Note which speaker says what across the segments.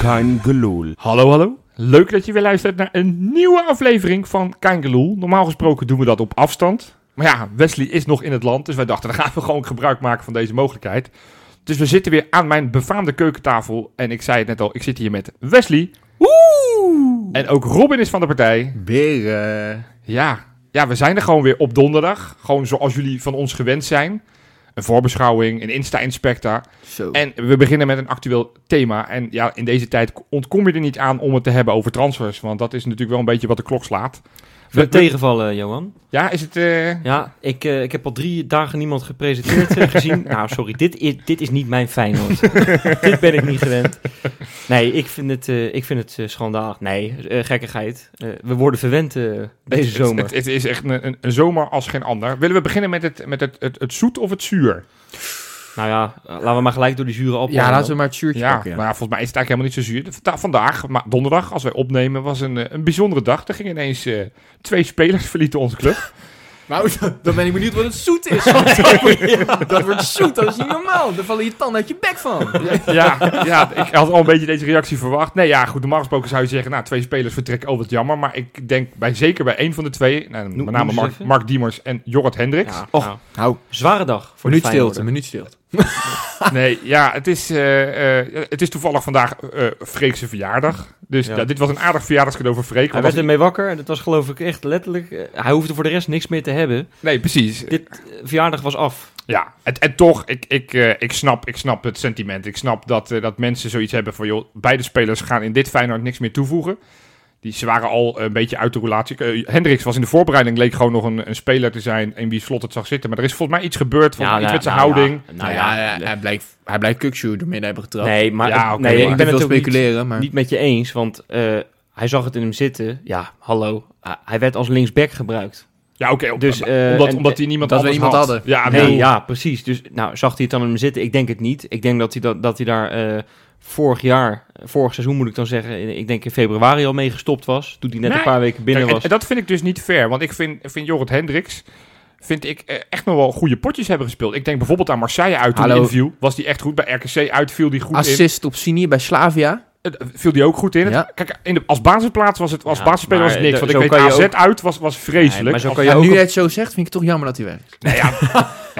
Speaker 1: Kein Geloel.
Speaker 2: Hallo, hallo. Leuk dat je weer luistert naar een nieuwe aflevering van Kangeloel. Normaal gesproken doen we dat op afstand. Maar ja, Wesley is nog in het land, dus wij dachten, dan gaan we gewoon gebruik maken van deze mogelijkheid. Dus we zitten weer aan mijn befaamde keukentafel. En ik zei het net al, ik zit hier met Wesley. Woe! En ook Robin is van de partij.
Speaker 3: Beren.
Speaker 2: Ja, ja, we zijn er gewoon weer op donderdag. Gewoon zoals jullie van ons gewend zijn. Een voorbeschouwing, een Insta-inspecta.
Speaker 3: Zo.
Speaker 2: En we beginnen met een actueel thema. En ja, in deze tijd ontkom je er niet aan om het te hebben over transfers. Want dat is natuurlijk wel een beetje wat de klok slaat.
Speaker 4: Voor
Speaker 2: We-
Speaker 4: de tegenvallen, Johan.
Speaker 2: Ja, is het... eh,
Speaker 4: Ja, ik, eh, ik heb al drie dagen niemand gepresenteerd eh, gezien. Nou, sorry, dit is, dit is niet mijn Feyenoord. dit ben ik niet gewend. Nee, ik vind het, eh, ik vind het eh, schandalig. Nee, eh, gekkigheid. Eh, we worden verwend eh, deze
Speaker 2: het- het-
Speaker 4: zomer.
Speaker 2: Het, het is echt een, een, een zomer als geen ander. Willen we beginnen met het, met het, het, het zoet of het zuur?
Speaker 4: Nou ja, eh, laten we maar gelijk door die zure appel.
Speaker 3: ja,
Speaker 4: gaan
Speaker 3: laten we
Speaker 4: dan.
Speaker 3: maar het zuurtje
Speaker 2: Ja,
Speaker 3: pakken.
Speaker 2: maar ja, volgens mij is het eigenlijk helemaal niet zo zuur. Vanda- vandaag, maar donderdag, als wij opnemen, was een, eh, een bijzondere dag. Er gingen ineens eh, twee spelers verlieten onze club.
Speaker 3: Nou, dan ben ik benieuwd wat het zoet is. Dat wordt zoet, dat is niet normaal. Daar vallen je tanden uit je bek van.
Speaker 2: ja, ja, ik had al een beetje deze reactie verwacht. Nee, ja, goed, normaal gesproken zou je zeggen, nou, twee spelers vertrekken, oh, wat jammer. Maar ik denk bij, zeker bij één van de twee, nou, met
Speaker 4: noem
Speaker 2: name
Speaker 4: eens
Speaker 2: Mark,
Speaker 4: even.
Speaker 2: Mark Diemers en Jorrit Hendricks.
Speaker 4: Ja,
Speaker 3: Och.
Speaker 4: nou,
Speaker 3: Nou,
Speaker 4: zware dag voor
Speaker 3: minuut
Speaker 4: de
Speaker 3: stilte,
Speaker 4: Feyenoorder.
Speaker 3: minuut stilte.
Speaker 2: Nee, ja, het is, eh, eh, het is toevallig vandaag eh Freek's verjaardag. Dus
Speaker 4: Ja.
Speaker 2: ja, dit was een aardig verjaardagscadeau voor Freek. want
Speaker 4: Hij werd
Speaker 2: dat-
Speaker 4: ermee wakker en het was geloof ik echt letterlijk... eh, hij hoefde voor de rest niks meer te hebben.
Speaker 2: Nee, precies.
Speaker 4: Dit eh, verjaardag was af.
Speaker 2: Ja, en, en toch, ik, ik, eh, ik, snap, ik snap het sentiment. Ik snap dat, eh, dat mensen zoiets hebben van, joh, beide spelers gaan in dit Feyenoord niks meer toevoegen. Die, ze waren al een beetje uit de relatie. Eh, Hendricks was in de voorbereiding, leek gewoon nog een, een speler te zijn in wie Slot het zag zitten. Maar er is volgens mij iets gebeurd, van, iets
Speaker 4: nou,
Speaker 2: met zijn
Speaker 4: nou
Speaker 2: houding.
Speaker 4: ja,
Speaker 3: Nou ja, hij- hij blijkt, hij blijkt kukshoe door midden hebben getrapt.
Speaker 4: Nee, maar,
Speaker 2: Ja, oké,
Speaker 4: nee,
Speaker 2: maar-
Speaker 4: ik ben
Speaker 3: veel
Speaker 4: het ook niet-
Speaker 3: speculeren, maar...
Speaker 4: niet met je eens, want eh, hij zag het in hem zitten. Ja, hallo. Hij- hij werd als linksback gebruikt.
Speaker 2: Ja, oké, op-
Speaker 4: Dus, eh,
Speaker 2: omdat,
Speaker 4: en-
Speaker 2: omdat hij niemand
Speaker 3: dat we
Speaker 2: anders
Speaker 3: iemand
Speaker 2: had.
Speaker 3: hadden.
Speaker 2: Ja,
Speaker 4: nee,
Speaker 2: nou,
Speaker 4: ja. precies. Dus nou, zag hij het dan in hem zitten? Ik denk het niet. Ik denk dat hij, dat, dat hij daar eh, vorig jaar, vorig seizoen moet ik dan zeggen, in- ik denk in februari al mee gestopt was. Toen hij net
Speaker 2: Nee.
Speaker 4: een paar weken
Speaker 2: Kijk,
Speaker 4: binnen
Speaker 2: en-
Speaker 4: was.
Speaker 2: en dat vind ik dus niet fair, want ik vind, vind Jorrit Hendricks... Vind ik eh, echt nog wel goede potjes hebben gespeeld. Ik denk bijvoorbeeld aan Marseille uit toen
Speaker 3: Hallo.
Speaker 2: hij inviel. Was die echt goed bij RKC uit, viel die goed in.
Speaker 3: Assist op Sini bij Slavia.
Speaker 2: Het- Eh, viel die ook goed in. Het-
Speaker 3: Ja.
Speaker 2: Kijk, in de, als basisplaats was het, als
Speaker 4: Ja,
Speaker 2: basisspeler was
Speaker 4: maar
Speaker 2: het niks. Want ik
Speaker 4: zo
Speaker 2: weet,
Speaker 4: kan je
Speaker 2: AZ
Speaker 4: ook-
Speaker 2: uit was, was vreselijk.
Speaker 4: Nee, maar zo
Speaker 2: Als-
Speaker 4: kan je
Speaker 3: Ja,
Speaker 4: ook
Speaker 3: nu
Speaker 4: op-
Speaker 3: jij het zo zegt, vind ik het toch jammer dat hij werkt.
Speaker 2: Nee, ja,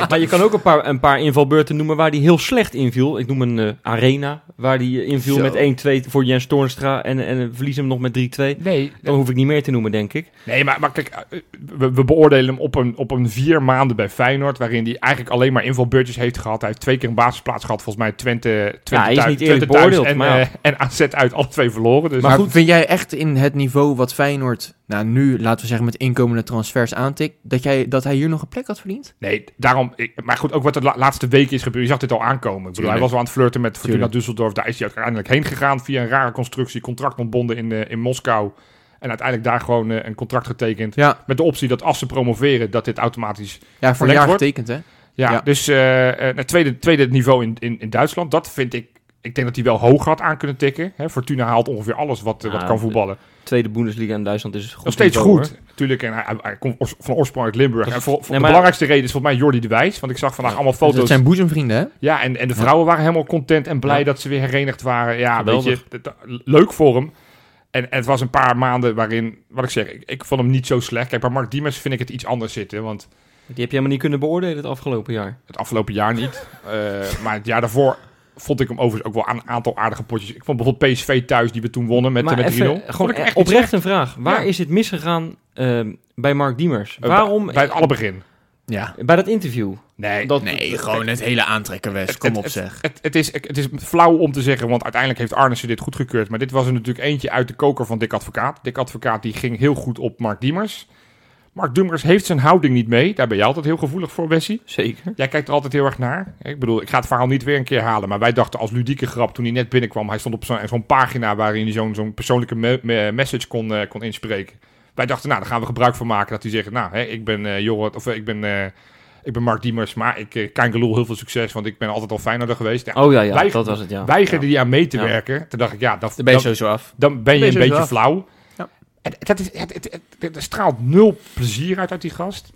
Speaker 4: maar je kan ook een paar, een paar invalbeurten noemen waar hij heel slecht inviel. Ik noem een eh, arena, waar hij eh, inviel
Speaker 3: Zo.
Speaker 4: met 1-2 voor Jens Toornstra en, en eh, verlies hem nog met 3-2.
Speaker 2: nee,
Speaker 4: Dan hoef ik niet meer te noemen, denk ik.
Speaker 2: nee maar, maar kijk, eh, we, we beoordelen hem op een, op een vier maanden bij Feyenoord... waarin hij eigenlijk alleen maar invalbeurtjes heeft gehad. Hij heeft twee keer een basisplaats gehad, volgens mij Twente, Twente,
Speaker 4: hij is
Speaker 2: thuis,
Speaker 4: niet
Speaker 2: Twente
Speaker 4: eerlijk
Speaker 2: thuis
Speaker 4: beoordeeld,
Speaker 2: en,
Speaker 4: maar ja.
Speaker 2: eh, en AZ uit, alle twee verloren. Dus
Speaker 3: Maar goed, vind jij echt in het niveau wat Feyenoord, nou nu, laten we zeggen met inkomende transfers aantikt, dat, jij, dat hij hier nog een plek had verdiend?
Speaker 2: Nee, daarom. Ik, maar goed, ook wat de la- laatste weken is gebeurd. Je zag dit al aankomen. Ik bedoel, hij
Speaker 3: Tuurlijk.
Speaker 2: was wel aan het flirten met Fortuna
Speaker 3: Tuurlijk.
Speaker 2: Düsseldorf. Daar is hij uiteindelijk heen gegaan via een rare constructie. Contract ontbonden in, eh, in Moskou. En uiteindelijk daar gewoon eh, een contract getekend.
Speaker 3: Ja,
Speaker 2: Met de optie dat als ze promoveren, dat dit automatisch.
Speaker 3: ja voor een jaar
Speaker 2: wordt.
Speaker 3: getekend hè.
Speaker 2: Ja,
Speaker 3: Ja.
Speaker 2: dus eh, eh, naar tweede, tweede niveau in, in, in Duitsland. Dat vind ik. Ik denk dat hij wel hoog had aan kunnen tikken. Hè, Fortuna haalt ongeveer alles wat, eh, wat
Speaker 4: Ah,
Speaker 2: kan voetballen.
Speaker 4: Tweede Bundesliga in Duitsland is goed
Speaker 2: Nog steeds
Speaker 4: niveau, hoor.
Speaker 2: goed. Natuurlijk, en hij, hij- hij komt oors- van oorsprong uit Limburg.
Speaker 4: Dat-
Speaker 2: en voor, voor
Speaker 4: Nee,
Speaker 2: de
Speaker 4: maar-
Speaker 2: belangrijkste reden is volgens mij Jordi de Wijs. Want ik zag vandaag allemaal foto's.
Speaker 3: Dat zijn boezemvrienden hè.
Speaker 2: Ja, en, en de vrouwen waren helemaal content en blij
Speaker 4: Ja.
Speaker 2: dat ze weer herenigd waren. Ja, weet je,
Speaker 4: Geweldig.
Speaker 2: d- d- leuk voor hem. En, en het was een paar maanden waarin, wat ik zeg, ik, ik vond hem niet zo slecht. Kijk, bij Mark Diemers vind ik het iets anders zitten, want
Speaker 4: Die heb je helemaal niet kunnen beoordelen het afgelopen jaar.
Speaker 2: het afgelopen jaar niet. Eh, maar het jaar daarvoor vond ik hem overigens ook wel aan een aantal aardige potjes. Ik vond bijvoorbeeld PSV thuis, die we toen wonnen met,
Speaker 4: maar
Speaker 2: met 3-0.
Speaker 4: even,
Speaker 2: Vond
Speaker 4: gewoon
Speaker 2: ik hem
Speaker 4: e-
Speaker 2: echt niet
Speaker 4: oprecht een vraag. Waar
Speaker 2: Ja.
Speaker 4: is het misgegaan ehm, bij Mark Diemers?
Speaker 2: slecht. Eh,
Speaker 4: Waarom?
Speaker 2: Bij, bij het alle begin.
Speaker 3: Ja.
Speaker 4: bij dat interview.
Speaker 2: Nee,
Speaker 4: Dat,
Speaker 3: Nee, gewoon het hele aantrekken Wes, kom op zeg.
Speaker 2: Het, het, is, het is flauw om te zeggen, want uiteindelijk heeft Arnissen dit goedgekeurd. Maar dit was er natuurlijk eentje uit de koker van Dick Advocaat. Dick Advocaat die ging heel goed op Mark Diemers. Mark Diemers heeft zijn houding niet mee. Daar ben jij altijd heel gevoelig voor, Wessie.
Speaker 4: Zeker.
Speaker 2: Jij kijkt er altijd heel erg naar. Ik bedoel, ik ga het verhaal niet weer een keer halen. Maar wij dachten als ludieke grap toen hij net binnenkwam. Hij stond op zo'n zo'n pagina waarin hij zo'n zo'n persoonlijke me- me- message kon, eh, kon inspreken. Wij dachten, nou, daar gaan we gebruik van maken. Dat hij zegt, nou, hè, ik ben eh Jorrit, of eh, ik ben... eh, ik ben Mark Diemers, maar ik eh, kan Geloel heel veel succes, want ik ben altijd al Feyenoorder geweest. Ja,
Speaker 4: Oh ja, ja
Speaker 2: Weig-
Speaker 4: dat was het, ja.
Speaker 2: weigerde die aan mee te
Speaker 4: Ja.
Speaker 2: werken. Toen dacht ik, ja, dat,
Speaker 3: Daar ben je
Speaker 2: dan,
Speaker 3: sowieso af.
Speaker 2: dan ben je
Speaker 3: ben
Speaker 2: een
Speaker 3: je
Speaker 2: beetje
Speaker 3: sowieso af.
Speaker 2: flauw.
Speaker 3: Ja.
Speaker 2: En dat is, het, het, het- het- er straalt nul plezier uit uit die gast.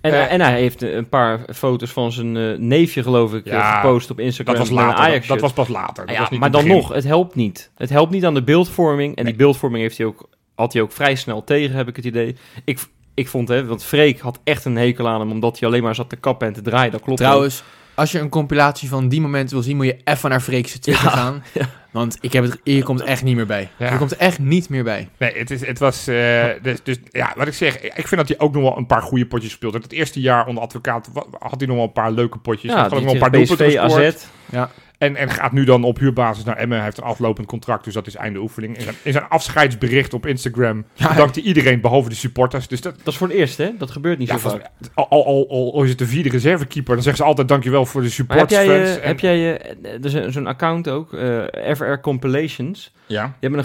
Speaker 4: En,
Speaker 2: Eh.
Speaker 4: en hij heeft een paar foto's van zijn eh, neefje, geloof ik, eh,
Speaker 2: Ja,
Speaker 4: gepost op Instagram.
Speaker 2: Dat was
Speaker 4: met een
Speaker 2: later.
Speaker 4: Ajax
Speaker 2: eh, dat- dat
Speaker 4: shirt.
Speaker 2: was pas later. Dat
Speaker 4: Nou ja,
Speaker 2: was niet
Speaker 4: maar
Speaker 2: in het
Speaker 4: dan
Speaker 2: begin.
Speaker 4: nog, het helpt niet. Het helpt niet aan de beeldvorming. En
Speaker 2: Nee.
Speaker 4: die beeldvorming heeft hij ook, had hij ook vrij snel tegen, heb ik het idee. Ik, ik vond, hè, want Freek had echt een hekel aan hem, omdat hij alleen maar zat te kappen en te draaien. Dat klopt
Speaker 3: Trouwens, als je een compilatie van die momenten wil zien, moet je even naar Freekse Twitter
Speaker 4: Ja,
Speaker 3: gaan.
Speaker 4: ja.
Speaker 3: Want ik heb het, hier komt echt niet meer bij.
Speaker 2: Ja.
Speaker 3: Hier komt echt niet meer bij.
Speaker 2: Nee, het, is, het was... eh, dus, dus ja, wat ik zeg, ik vind dat hij ook nog wel een paar goede potjes gespeeld heeft. Het eerste jaar onder advocaat wa- had hij nog wel een paar leuke potjes.
Speaker 4: ook.
Speaker 2: Hij
Speaker 4: Ja,
Speaker 2: had ook
Speaker 4: die
Speaker 2: nog een
Speaker 4: tegen
Speaker 2: paar doelpunten
Speaker 4: PSV,
Speaker 2: gescoord.
Speaker 4: AZ.
Speaker 2: En, en gaat nu dan op huurbasis naar Emmen. Hij heeft een aflopend contract, dus dat is einde oefening. In zijn, in zijn afscheidsbericht op Instagram
Speaker 3: Ja,
Speaker 2: bedankt hij iedereen, behalve de supporters. Dus dat,
Speaker 4: Dat is voor het eerst, hè? Dat gebeurt niet
Speaker 2: ja,
Speaker 4: zo vaak.
Speaker 2: volgens mij- al, al, al, al is het de vierde reservekeeper, dan zeggen ze altijd dankjewel voor de
Speaker 4: Maar heb
Speaker 2: supporters.
Speaker 4: jij, eh,
Speaker 2: fans. En-
Speaker 4: heb jij eh, er is een- zo'n account ook, eh FR Compilations.
Speaker 2: ja.
Speaker 4: Die hebben een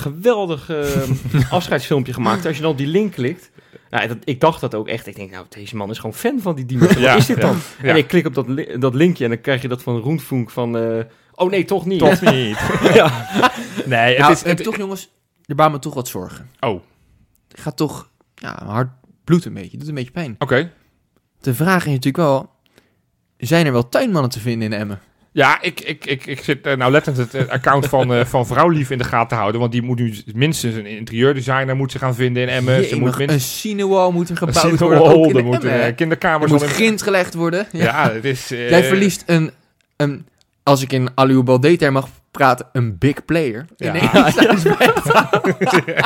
Speaker 4: geweldig eh, afscheidsfilmpje gemaakt. Als je dan op die link klikt. Nou, dat, ik dacht dat ook echt. Ik denk, nou, deze man is gewoon fan van die Dimitri.
Speaker 2: Ja,
Speaker 4: Wat is dit
Speaker 2: ja,
Speaker 4: dan?
Speaker 2: ja.
Speaker 4: En ik klik op dat, li- dat linkje en dan krijg je dat van Roenfunk van... eh, oh nee, toch niet.
Speaker 2: Toch niet.
Speaker 4: Ja.
Speaker 2: Nee, het
Speaker 3: nou,
Speaker 2: is...
Speaker 3: en
Speaker 2: Het,
Speaker 3: toch jongens, er baat me toch wat zorgen.
Speaker 2: Oh.
Speaker 3: Het Gaat toch, ja, mijn hart bloedt een beetje, doet een beetje pijn.
Speaker 2: Oké.
Speaker 3: De vraag is natuurlijk wel, zijn er wel tuinmannen te vinden in Emmen?
Speaker 2: Ja, ik, ik, ik, ik zit eh, nou lettend het eh, account van, eh van Vrouwlief in de gaten houden. Want die moet nu minstens een interieurdesigner moet ze gaan vinden in Emmen. Ze
Speaker 3: Jemig,
Speaker 2: moet
Speaker 3: een
Speaker 2: minstens
Speaker 3: cinewall moet er
Speaker 2: een
Speaker 3: gebouwd
Speaker 2: single
Speaker 3: worden, ook in
Speaker 2: holder,
Speaker 3: Emmen,
Speaker 2: moeten,
Speaker 3: hè?
Speaker 2: eh, kinderkamers.
Speaker 3: Er moet
Speaker 2: al in-
Speaker 3: grind gelegd worden. Ja.
Speaker 2: ja, het is... eh,
Speaker 3: Jij verliest een, een, als ik in Aliou Baldé-term mag praten, een big player.
Speaker 2: Ja.
Speaker 3: Ineens zijn ze bij-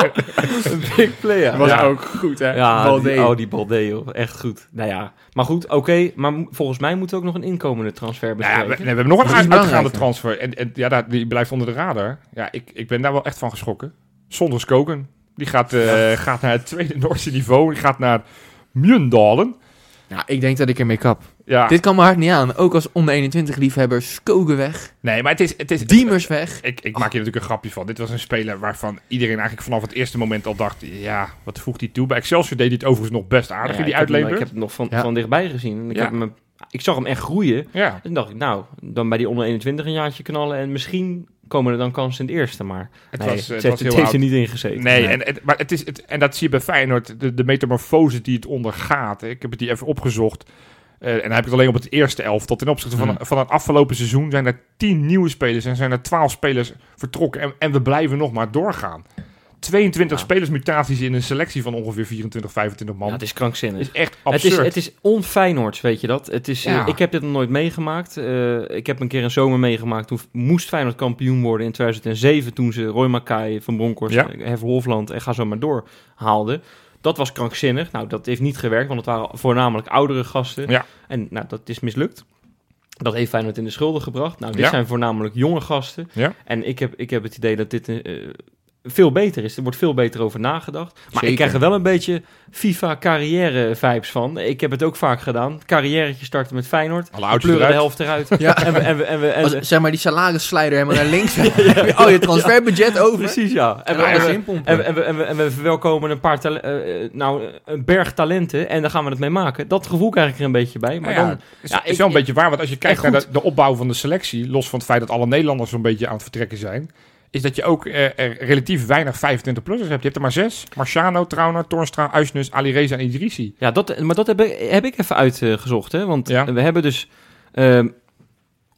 Speaker 4: Een big player.
Speaker 2: was Ja.
Speaker 3: ook goed, hè?
Speaker 4: Ja,
Speaker 3: Baldé.
Speaker 4: Die, oh, die Balde, joh. Echt goed. Nou ja, maar goed, oké. maar mo- volgens mij moeten we ook nog een inkomende transfer
Speaker 2: Nou ja, we,
Speaker 4: bespreken.
Speaker 2: nee, we hebben nog een
Speaker 3: Dat is
Speaker 2: uit- uitgaande
Speaker 3: belangrijker.
Speaker 2: transfer. En, en ja, daar- die blijft onder de radar. Ja, ik, ik ben daar wel echt van geschrokken. Zonder Skoken. Die gaat, eh, gaat naar het tweede Noorse niveau. Die gaat naar Mjøndalen.
Speaker 3: Ja, ik denk dat ik ermee kap.
Speaker 2: Ja,
Speaker 3: Dit kan mijn hart niet aan. Ook als onder 21 liefhebber, Skogen weg,
Speaker 2: nee, maar het is... Het is
Speaker 3: Diemers weg.
Speaker 2: ik, ik maak hier natuurlijk een grapje van. Dit was een speler waarvan iedereen eigenlijk vanaf het eerste moment al dacht... Ja, wat voegt hij toe? Bij Excelsior deed hij het overigens nog best aardig
Speaker 4: Ja,
Speaker 2: in die
Speaker 4: ik heb hem- Ik
Speaker 2: uitleenbeurt.
Speaker 4: heb hem nog van,
Speaker 3: Ja.
Speaker 4: van dichtbij gezien. En Ik,
Speaker 2: Ja.
Speaker 4: heb hem, ik zag hem echt groeien.
Speaker 2: Ja.
Speaker 4: En dacht ik, nou, dan bij die onder 21 een jaartje knallen. En misschien komen er dan kansen in het eerste. Maar
Speaker 2: Het
Speaker 4: nee,
Speaker 2: was, eh, het
Speaker 4: ze
Speaker 2: was
Speaker 4: heeft-
Speaker 2: heel
Speaker 4: heeft er
Speaker 2: oud.
Speaker 4: niet in gezeten.
Speaker 2: Nee, en, het, maar het is, het, en dat zie je bij Feyenoord, de, de metamorfose die het ondergaat. Ik heb het hier even opgezocht. Eh, en dan heb ik het alleen op het eerste elftal. Ten opzichte van,
Speaker 3: Hmm.
Speaker 2: van het afgelopen seizoen zijn er tien nieuwe spelers en zijn er twaalf spelers vertrokken. En, en we blijven nog maar doorgaan. 22
Speaker 4: Ja.
Speaker 2: spelersmutaties in een selectie van ongeveer 24, 25 man.
Speaker 4: Ja, het is krankzinnig.
Speaker 2: is echt
Speaker 4: Het is,
Speaker 2: absurd.
Speaker 4: het is onfeyenoords, weet je dat? Het is, eh,
Speaker 2: Ja.
Speaker 4: ik heb dit nog nooit meegemaakt. Eh, ik heb een keer een zomer meegemaakt. Toen moest Feyenoord kampioen worden in 2007. Toen ze Roy Makai, Van Bronckhorst,
Speaker 2: Ja.
Speaker 4: eh, Hef Hofland en ga zo maar door haalden. Dat was krankzinnig. Nou, dat heeft niet gewerkt, want het waren voornamelijk oudere gasten.
Speaker 2: Ja.
Speaker 4: En nou, dat is mislukt. Dat heeft Feyenoord in de schulden gebracht. Nou, dit
Speaker 2: Ja.
Speaker 4: zijn voornamelijk jonge gasten.
Speaker 2: Ja.
Speaker 4: En ik heb, ik heb het idee dat dit eh, veel beter is. Er wordt veel beter over nagedacht. Maar
Speaker 3: Zeker.
Speaker 4: ik krijg er wel een beetje FIFA-carrière-vibes van. Ik heb het ook vaak gedaan. Carrièretje starten met Feyenoord.
Speaker 2: Alle
Speaker 4: We
Speaker 2: oudjes
Speaker 4: pleuren de
Speaker 2: eruit.
Speaker 4: helft eruit.
Speaker 3: Ja.
Speaker 4: En we, en we, en we, en
Speaker 3: Als,
Speaker 4: we- Oh,
Speaker 3: zeg maar die salarisslider helemaal naar links. Heb je al je transferbudget over.
Speaker 4: precies, ja. En we,
Speaker 3: Ja,
Speaker 4: en, we,
Speaker 3: alles
Speaker 4: en, we,
Speaker 3: inpompen.
Speaker 4: en, we, en we- en we verwelkomen een paar tale- eh, eh, nou, een berg talenten. En daar gaan we het mee maken. Dat gevoel krijg ik er een beetje bij. Maar
Speaker 2: Nou ja,
Speaker 4: dan,
Speaker 2: is,
Speaker 4: ja,
Speaker 2: is
Speaker 4: ik-
Speaker 2: wel een
Speaker 4: ik-
Speaker 2: beetje waar, want als je kijkt
Speaker 4: Echt
Speaker 2: naar de, de opbouw van de selectie, los van het feit dat alle Nederlanders zo'n beetje aan het vertrekken zijn, is dat je ook eh, er relatief weinig 25-plussers hebt. Je hebt er maar zes. Marciano, Trauner, Torstra, Uisnes, Alireza en Idrissi.
Speaker 4: Ja, dat, maar dat heb ik, heb ik even uitgezocht. Hè? Want
Speaker 2: Ja.
Speaker 4: we hebben dus ehm,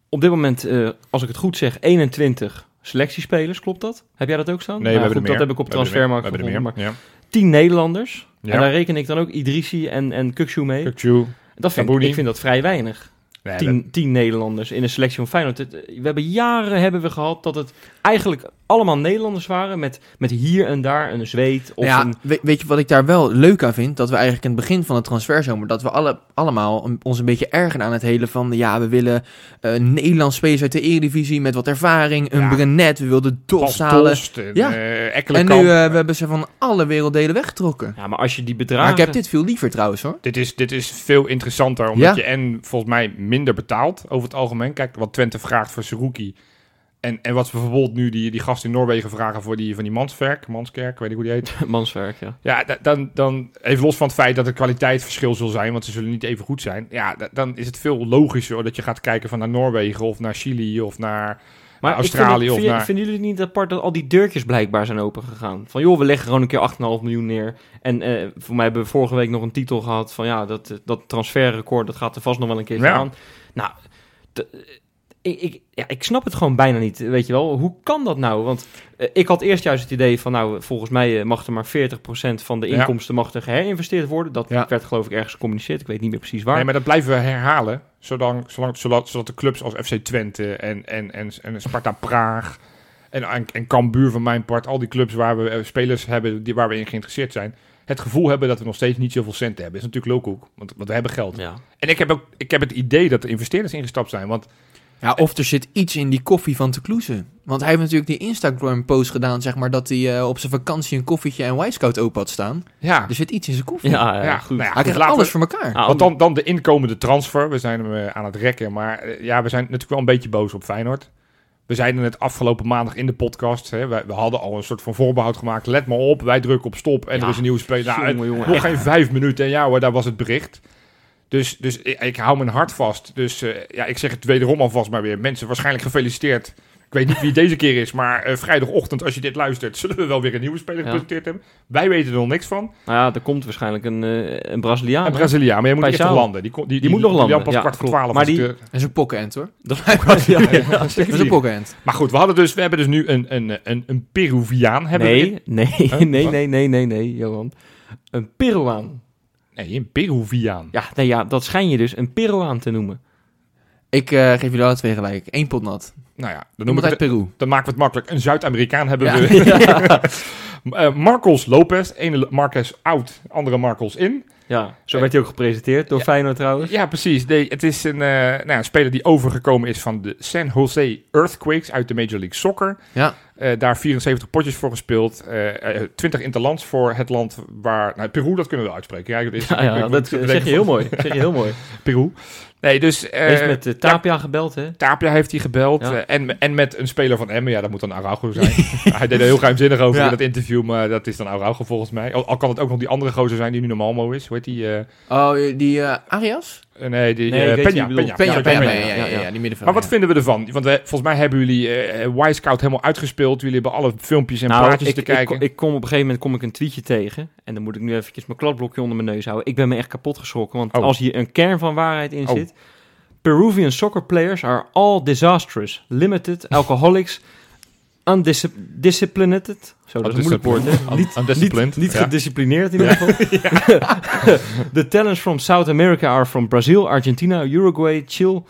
Speaker 4: op dit moment, eh, als ik het goed zeg, 21 selectiespelers. Klopt dat? Heb jij dat ook staan?
Speaker 2: Nee,
Speaker 4: Nou,
Speaker 2: we hebben er
Speaker 4: goed,
Speaker 2: meer.
Speaker 4: Dat heb ik op
Speaker 2: We hebben er meer.
Speaker 4: transfermarkt
Speaker 2: We hebben
Speaker 4: gevonden.
Speaker 2: er
Speaker 4: Maar
Speaker 2: meer. Ja.
Speaker 4: 10 Nederlanders.
Speaker 2: Ja.
Speaker 4: En daar reken ik dan ook Idrissi en, en Kukçu mee.
Speaker 2: Kukçu.
Speaker 4: dat vind, ik-
Speaker 2: Sabouni.
Speaker 4: ik vind dat vrij weinig.
Speaker 2: Nee,
Speaker 4: 10 10 Nederlanders in een selectie van Feyenoord. Het, eh, we hebben jaren hebben we gehad dat het eigenlijk allemaal Nederlanders waren. Met, met hier en daar een zweet of
Speaker 3: Ja,
Speaker 4: een
Speaker 3: we- weet je wat ik daar wel leuk aan vind? Dat we eigenlijk in het begin van de transferzomer... dat we alle, allemaal een- ons een beetje ergen aan het hele van... ja, we willen eh Nederlands spelers uit de Eredivisie met wat ervaring. Een
Speaker 2: Ja.
Speaker 3: Brenet, we wilden
Speaker 2: Bas
Speaker 3: Dost halen.
Speaker 2: Dost en,
Speaker 3: Ja.
Speaker 2: eh,
Speaker 3: En
Speaker 2: Ekkelenkamp.
Speaker 3: nu eh, we hebben ze van alle werelddelen weggetrokken.
Speaker 4: Ja, maar als je die bedragen...
Speaker 3: Maar ik heb dit veel liever trouwens, hoor.
Speaker 2: Dit is, dit is veel interessanter, omdat
Speaker 3: Ja.
Speaker 2: je en volgens mij minder betaalt over het algemeen. Kijk, wat Twente vraagt voor Seruki. En, en wat ze bijvoorbeeld nu die, die gast in Noorwegen vragen voor die, van die Mansverk, Manskerk, weet ik hoe die heet.
Speaker 4: Manswerk, ja.
Speaker 2: Ja, da- dan, dan even los van het feit dat er kwaliteitsverschil zal zijn, want ze zullen niet even goed zijn. Ja, da- dan is het veel logischer dat je gaat kijken van naar Noorwegen of naar Chili of naar.
Speaker 4: Maar
Speaker 2: Naar Australië
Speaker 4: ik vind,
Speaker 2: of
Speaker 4: het- vind je-
Speaker 2: naar-
Speaker 4: Vinden jullie het niet apart dat al die deurtjes blijkbaar zijn opengegaan? Van joh, we leggen gewoon een keer 8,5 miljoen neer. En eh, voor mij hebben we vorige week nog een titel gehad van ja, dat, eh, dat transferrecord, dat gaat er vast nog wel een keer
Speaker 2: Ja.
Speaker 4: aan. Nou, d- ik, ik, ja, ik snap het gewoon bijna niet, weet je wel. Hoe kan dat nou? Want eh, ik had eerst juist het idee van nou, volgens mij eh, mag er maar 40% van de
Speaker 2: Ja.
Speaker 4: inkomsten mag er geherinvesteerd worden. Dat
Speaker 3: Ja.
Speaker 4: werd geloof ik ergens gecommuniceerd, ik weet niet meer precies waar.
Speaker 2: Nee, maar dat blijven we herhalen. Zolang, zolang, zodat, zodat de clubs als FC Twente en, en, en, en Sparta Praag en, en, en Cambuur van mijn part, al die clubs waar we eh, spelers hebben die, waar we in geïnteresseerd zijn, het gevoel hebben dat we nog steeds niet zoveel centen hebben. is natuurlijk lulkoek, want, want we hebben geld.
Speaker 4: Ja.
Speaker 2: En ik heb, ook, ik heb het idee dat er investeerders ingestapt zijn, want
Speaker 3: Ja, of er zit iets in die koffie van Tecluze. Want hij heeft natuurlijk die Instagram-post gedaan, zeg maar, dat hij eh, op zijn vakantie een koffietje en wijskoud open had staan.
Speaker 2: ja,
Speaker 3: Er zit iets in zijn koffie.
Speaker 4: Ja, ja,
Speaker 2: ja,
Speaker 4: Eh, goed.
Speaker 2: nou ja,
Speaker 3: hij
Speaker 2: goed,
Speaker 3: krijgt
Speaker 2: laten we-
Speaker 3: alles voor elkaar.
Speaker 4: Ah,
Speaker 2: Want dan, dan de inkomende transfer. We zijn hem eh, aan het rekken. Maar eh, ja, we zijn natuurlijk wel een beetje boos op Feyenoord. We zeiden het afgelopen maandag in de podcast. Hè, wij- we, hadden al een soort van voorbehoud gemaakt. Let maar op, wij drukken op stop. En
Speaker 4: Ja,
Speaker 2: er is een nieuwe speler. Nou,
Speaker 4: ah, jongen,
Speaker 2: het-
Speaker 4: jongen,
Speaker 2: nog
Speaker 4: echt.
Speaker 2: geen vijf minuten. En ja hoor, daar was het bericht. Dus, dus ik, ik hou mijn hart vast. Dus eh, ja, ik zeg het wederom alvast maar weer. Mensen, waarschijnlijk gefeliciteerd. Ik weet niet wie het deze keer is, maar eh, vrijdagochtend als je dit luistert... zullen we wel weer een nieuwe speler
Speaker 4: Ja.
Speaker 2: gepresenteerd hebben. Wij weten er nog niks van.
Speaker 4: Nou ja, er komt waarschijnlijk een, eh, een Braziliaan.
Speaker 2: Een
Speaker 4: hè?
Speaker 2: Ah, Braziliaan, maar je moet
Speaker 4: Bij
Speaker 2: echt nog
Speaker 4: Sao.
Speaker 2: landen. Die, kon- die,
Speaker 4: Die moet nog landen,
Speaker 2: Jan pas
Speaker 4: ja,
Speaker 2: kwart voor
Speaker 4: klopt.
Speaker 2: twaalf.
Speaker 4: Maar
Speaker 2: als
Speaker 4: die-
Speaker 2: het, eh,
Speaker 3: Dat is een pokkenend, hoor.
Speaker 4: Dat is ja, ja.
Speaker 3: Dat is een pokkenend.
Speaker 2: Maar goed, we, hadden dus, we hebben dus nu een, een, een, een Peruviaan. Hebben we in-
Speaker 4: Nee, nee,
Speaker 2: Huh?
Speaker 4: nee,
Speaker 2: Wat?
Speaker 4: nee, nee, nee, nee, Johan. Een Peruaan.
Speaker 2: nee, een Peruviaan.
Speaker 4: Ja, nee, ja, dat schijn je dus een Peruaan te noemen.
Speaker 3: Ik eh, geef jullie alle twee gelijk. Eén pot nat.
Speaker 2: Nou ja, dan, noem
Speaker 3: Iemand
Speaker 2: ik
Speaker 3: uit
Speaker 2: het,
Speaker 3: Peru.
Speaker 2: dan maken we het makkelijk. Een Zuid-Amerikaan hebben
Speaker 3: Ja.
Speaker 2: we. Eh, Marcos Lopez. Ene Marcos oud, andere Marcos in.
Speaker 4: Ja, zo werd hij ook gepresenteerd door Feyenoord trouwens.
Speaker 2: Ja, precies. Nee, het is een, eh, nou, ja, een speler die overgekomen is van de San Jose Earthquakes uit de Major League Soccer.
Speaker 3: Ja.
Speaker 2: Eh, daar 74 potjes voor gespeeld. eh, eh, 20 interlands voor het land waar... Nou, Peru, dat kunnen we wel uitspreken. Ja, is-
Speaker 4: Ja, ja,
Speaker 2: ik- ik- ik-
Speaker 4: dat
Speaker 2: ik-
Speaker 4: eh,
Speaker 2: ik-
Speaker 4: zeg je heel mooi. Zeg je heel mooi.
Speaker 2: Peru. Nee, dus... eh,
Speaker 4: Hij is met de Tapia gebeld, hè?
Speaker 2: Tapia heeft hij gebeld.
Speaker 4: Ja.
Speaker 2: eh, en, en met een speler van Emmen. Ja, dat moet dan Araujo zijn. hij deed er heel ruimzinnig over
Speaker 3: Ja.
Speaker 2: in dat interview. Maar dat is dan Araujo volgens mij. Al, al kan het ook nog die andere gozer zijn die nu naar Malmo is. Hoe heet die? eh,
Speaker 3: Oh, die eh, Arias?
Speaker 2: eh, nee, die
Speaker 4: Nee, ik
Speaker 2: eh,
Speaker 4: weet wie je
Speaker 2: Peña.
Speaker 4: bedoelt.
Speaker 2: Peña.
Speaker 3: Peña,
Speaker 2: Ja,
Speaker 3: Peña,
Speaker 2: Peña.
Speaker 3: ja,
Speaker 4: ja,
Speaker 3: ja,
Speaker 4: ja, ja.
Speaker 3: ja, die middenvelder.
Speaker 2: Maar wat vinden we ervan? Want wij- volgens mij hebben jullie eh Y-Scout helemaal uitgespeeld. Jullie hebben alle filmpjes en plaatjes
Speaker 4: Nou, ik,
Speaker 2: te
Speaker 4: ik,
Speaker 2: kijken.
Speaker 4: ik, kom op een gegeven moment kom ik een tweetje tegen. En dan moet ik nu eventjes mijn kladblokje onder mijn neus houden. Ik ben me echt kapot geschrokken. Want
Speaker 2: Oh.
Speaker 4: als hier een kern van waarheid in
Speaker 2: Oh.
Speaker 4: zit. Peruvian soccer players are all disastrous. Limited, alcoholics, undisciplined. Zo, dat is een moeilijk woord, hè?
Speaker 2: Un- undisciplined,
Speaker 4: Niet, niet
Speaker 2: ja.
Speaker 4: gedisciplineerd in ieder geval. The talents from South America are from Brazil, Argentina, Uruguay, Chile,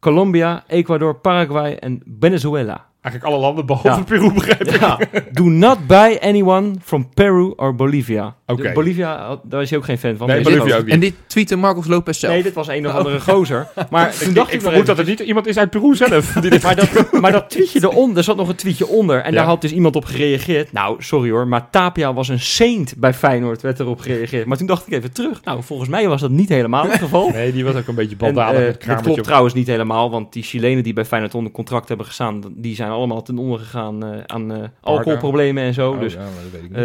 Speaker 4: Colombia, Ecuador, Paraguay en Venezuela.
Speaker 2: Eigenlijk alle landen behalve
Speaker 4: Ja.
Speaker 2: Peru begrijp ik.
Speaker 4: Ja. Do not buy anyone from Peru or Bolivia.
Speaker 2: Oké.
Speaker 4: De- Bolivia, had- daar was je ook geen fan van.
Speaker 2: Nee,
Speaker 4: Deze
Speaker 2: Bolivia
Speaker 4: gozer.
Speaker 2: ook niet.
Speaker 3: En dit tweette Marcos Lopez zelf.
Speaker 4: Nee, dit was een of andere gozer. Maar toen
Speaker 2: Ik-
Speaker 4: dacht
Speaker 2: ik
Speaker 4: ik, nog
Speaker 2: vermoed
Speaker 4: even-
Speaker 2: dat er niet iemand is uit Peru zelf. Die dit...
Speaker 4: Maar dat, maar dat tweetje eronder, er zat nog een tweetje onder. En
Speaker 2: Ja.
Speaker 4: daar had dus iemand op gereageerd. Nou, sorry hoor, maar Tapia was een saint bij Feyenoord, werd erop gereageerd. Maar toen dacht ik even terug. Nou, volgens mij was dat niet helemaal het geval.
Speaker 2: Nee, die was ook een beetje
Speaker 4: En,
Speaker 2: baldadig
Speaker 4: eh,
Speaker 2: met
Speaker 4: dat
Speaker 2: kramertje
Speaker 4: klopt
Speaker 2: op-
Speaker 4: trouwens niet helemaal, want die Chilenen die bij Feyenoord onder contract hebben gestaan, die zijn allemaal ten onder gegaan eh, aan eh, alcoholproblemen en zo.
Speaker 2: Oh,
Speaker 4: dus
Speaker 2: ja, maar dat weet ik niet.
Speaker 4: Eh,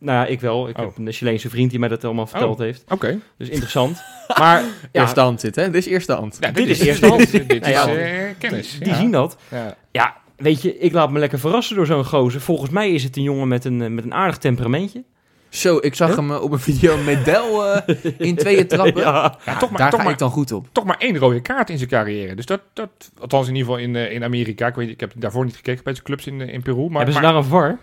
Speaker 4: nou ja, ik wel. Ik
Speaker 2: Oh.
Speaker 4: heb een Chileense vriend die mij dat allemaal verteld heeft.
Speaker 2: Oké.
Speaker 4: Dus interessant. maar ja,
Speaker 3: Eerste hand dit, hè? Dit is eerste hand.
Speaker 2: Ja,
Speaker 4: Dit is eerste hand.
Speaker 2: nou, Dit is
Speaker 4: Ja, ja.
Speaker 2: eh, kennis.
Speaker 4: die
Speaker 2: ja.
Speaker 4: zien dat.
Speaker 2: Ja.
Speaker 4: Ja, weet je, ik laat me lekker verrassen door zo'n gozer. Volgens mij is het een jongen met een, eh, met een aardig temperamentje.
Speaker 3: Zo, ik zag
Speaker 4: Huh?
Speaker 3: hem eh, op een video met Del eh, in tweeën trappen.
Speaker 4: Ja,
Speaker 2: Ja, toch, maar,
Speaker 3: Daar
Speaker 2: toch,
Speaker 3: ga
Speaker 2: maar,
Speaker 3: ik dan goed op.
Speaker 2: toch maar één rode kaart in zijn carrière. Dus dat, dat althans in ieder geval in, eh, in Amerika. Ik, weet, ik heb daarvoor niet gekeken bij zijn clubs in, eh, in Peru. Maar,
Speaker 4: hebben ze
Speaker 2: maar-
Speaker 4: daar een var?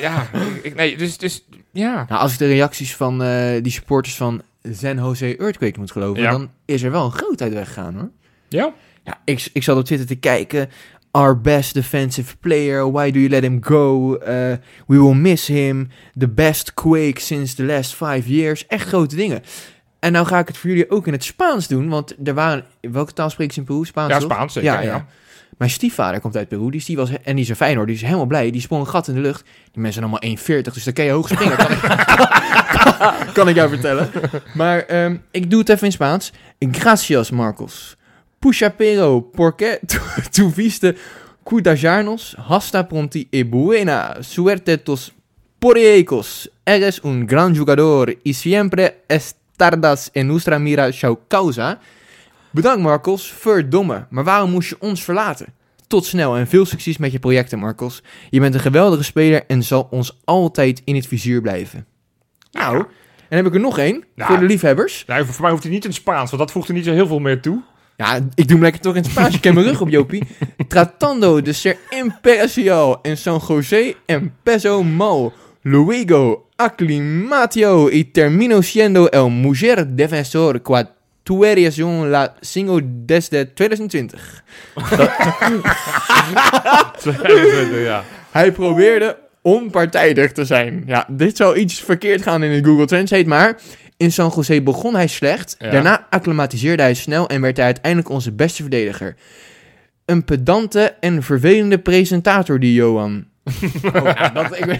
Speaker 2: ja, ik, nee, dus, dus ja.
Speaker 3: Nou, als ik de reacties van eh, die supporters van San Jose Earthquake moet geloven,
Speaker 2: Ja.
Speaker 3: dan is er wel een grootheid weggegaan, hoor.
Speaker 2: Ja,
Speaker 3: Ja, ik, ik zat op Twitter te kijken. Our best defensive player. Why do you let him go? Eh, we will miss him. The best quake since the last five years. Echt grote dingen. En nou ga ik het voor jullie ook in het Spaans doen. Want er waren... Welke taal spreken ze in Peru? Spaans,
Speaker 2: ja
Speaker 3: toch?
Speaker 2: Spaans zeker. Ja,
Speaker 3: Mijn stiefvader komt uit Peru. Dus die was, en die is een Feyenoord. Die is helemaal blij. Die sprong een gat in de lucht. Die mensen zijn allemaal 1,40. Dus dan kan je hoog springen. kan, ik, kan ik jou vertellen. Maar ehm, ik doe het even in Spaans. Gracias, Marcos. Puchapero, porque tu- tuviste cuidajarnos. Hasta pronti e buena suerte tus porecos. Eres un gran jugador y siempre estardas en nuestra mira chau causa. Bedankt Marcos, verdomme. Maar waarom moest je ons verlaten? Tot snel en veel succes met je projecten, Marcos. Je bent een geweldige speler en zal ons altijd in het vizier blijven. Nou, en dan heb ik er nog één
Speaker 2: Nou.
Speaker 3: voor de liefhebbers.
Speaker 2: Nou, voor mij hoeft hij niet in het Spaans, want dat voegt er niet zo heel veel meer toe.
Speaker 3: Ja, ik doe hem lekker toch in het Spaans. Ik ken mijn rug op, Jopie. Tratando de ser imparcial en San José en peso mal. Luego aclimatio y termino siendo el mujer defensor quad tu eres un la single desde 2020.
Speaker 2: dus, eh, ja.
Speaker 3: Hij probeerde onpartijdig te zijn. Ja, dit zou iets verkeerd gaan in de Google Translate, maar in San Jose begon hij slecht.
Speaker 2: Ja.
Speaker 3: Daarna acclimatiseerde hij snel en werd hij uiteindelijk onze beste verdediger. Een pedante en vervelende presentator, die Johan. oh, ja, dat, ik weet,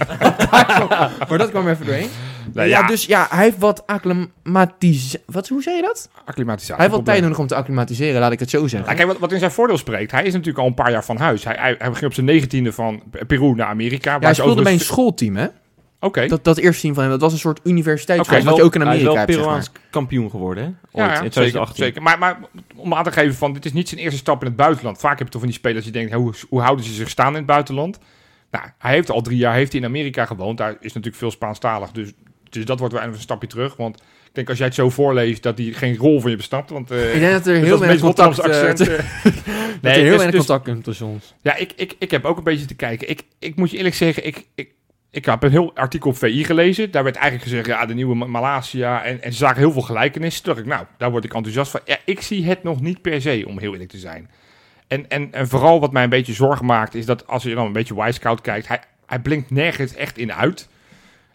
Speaker 3: maar dat kwam er even doorheen.
Speaker 2: Nou,
Speaker 3: ja.
Speaker 2: ja,
Speaker 3: dus ja, hij heeft wat acclimatis... Wat, hoe zei je dat?
Speaker 2: acclimatisatie.
Speaker 3: dus- hij heeft wat tijd
Speaker 2: problemen.
Speaker 3: nodig om te acclimatiseren, laat ik het zo zeggen.
Speaker 2: Nou, kijk, wat, wat in zijn voordeel spreekt, hij is natuurlijk al een paar jaar van huis. Hij, hij, hij ging op zijn negentiende van Peru naar Amerika.
Speaker 3: Ja, hij
Speaker 2: waar ze
Speaker 3: speelde bij een
Speaker 2: overigens-
Speaker 3: schoolteam, hè?
Speaker 2: Oké.
Speaker 3: Dat, dat eerste team van hem, dat was een soort universiteitschool,
Speaker 2: Oké,
Speaker 3: wat je ook in Amerika
Speaker 4: Hij
Speaker 3: hebt,
Speaker 4: is wel
Speaker 3: zeg maar.
Speaker 4: Peruaans kampioen geworden, hè? Ooit,
Speaker 2: Ja, ja,
Speaker 4: in
Speaker 2: zeker,
Speaker 4: 2018.
Speaker 2: zeker. Maar, maar om aan te geven van, dit is niet zijn eerste stap in het buitenland. Vaak heb je toch van die spelers die denken, hoe, hoe houden ze zich staan in het buitenland? Nou, hij heeft al drie jaar heeft hij in Amerika gewoond. Daar is natuurlijk veel Spaanstalig, dus, dus dat wordt wel even een stapje terug. Want ik denk als jij het zo voorleest, dat hij geen rol van je bestapt. Want eh,
Speaker 3: Ik denk dat er
Speaker 2: dat
Speaker 3: heel
Speaker 2: was
Speaker 3: weinig
Speaker 2: het meest
Speaker 3: contact...
Speaker 2: Rotterdamse
Speaker 3: eh,
Speaker 2: accent, eh.
Speaker 3: Dat er heel
Speaker 2: dus-
Speaker 3: weinig
Speaker 2: dus-
Speaker 3: contact komt tussen ons.
Speaker 2: Ja, ik, ik, ik heb ook een beetje te kijken. Ik, ik moet je eerlijk zeggen, ik, ik, ik heb een heel artikel op VI gelezen. Daar werd eigenlijk gezegd, ja, de nieuwe Ma- Malasia. En, en ze zagen heel veel gelijkenissen. Toen dacht ik, nou, daar word ik enthousiast van. Ja, ik zie het nog niet per se, om heel eerlijk te zijn. En, en, en vooral wat mij een beetje zorgen maakt, is dat als je dan een beetje Wisecout kijkt, hij, hij blinkt nergens echt in uit.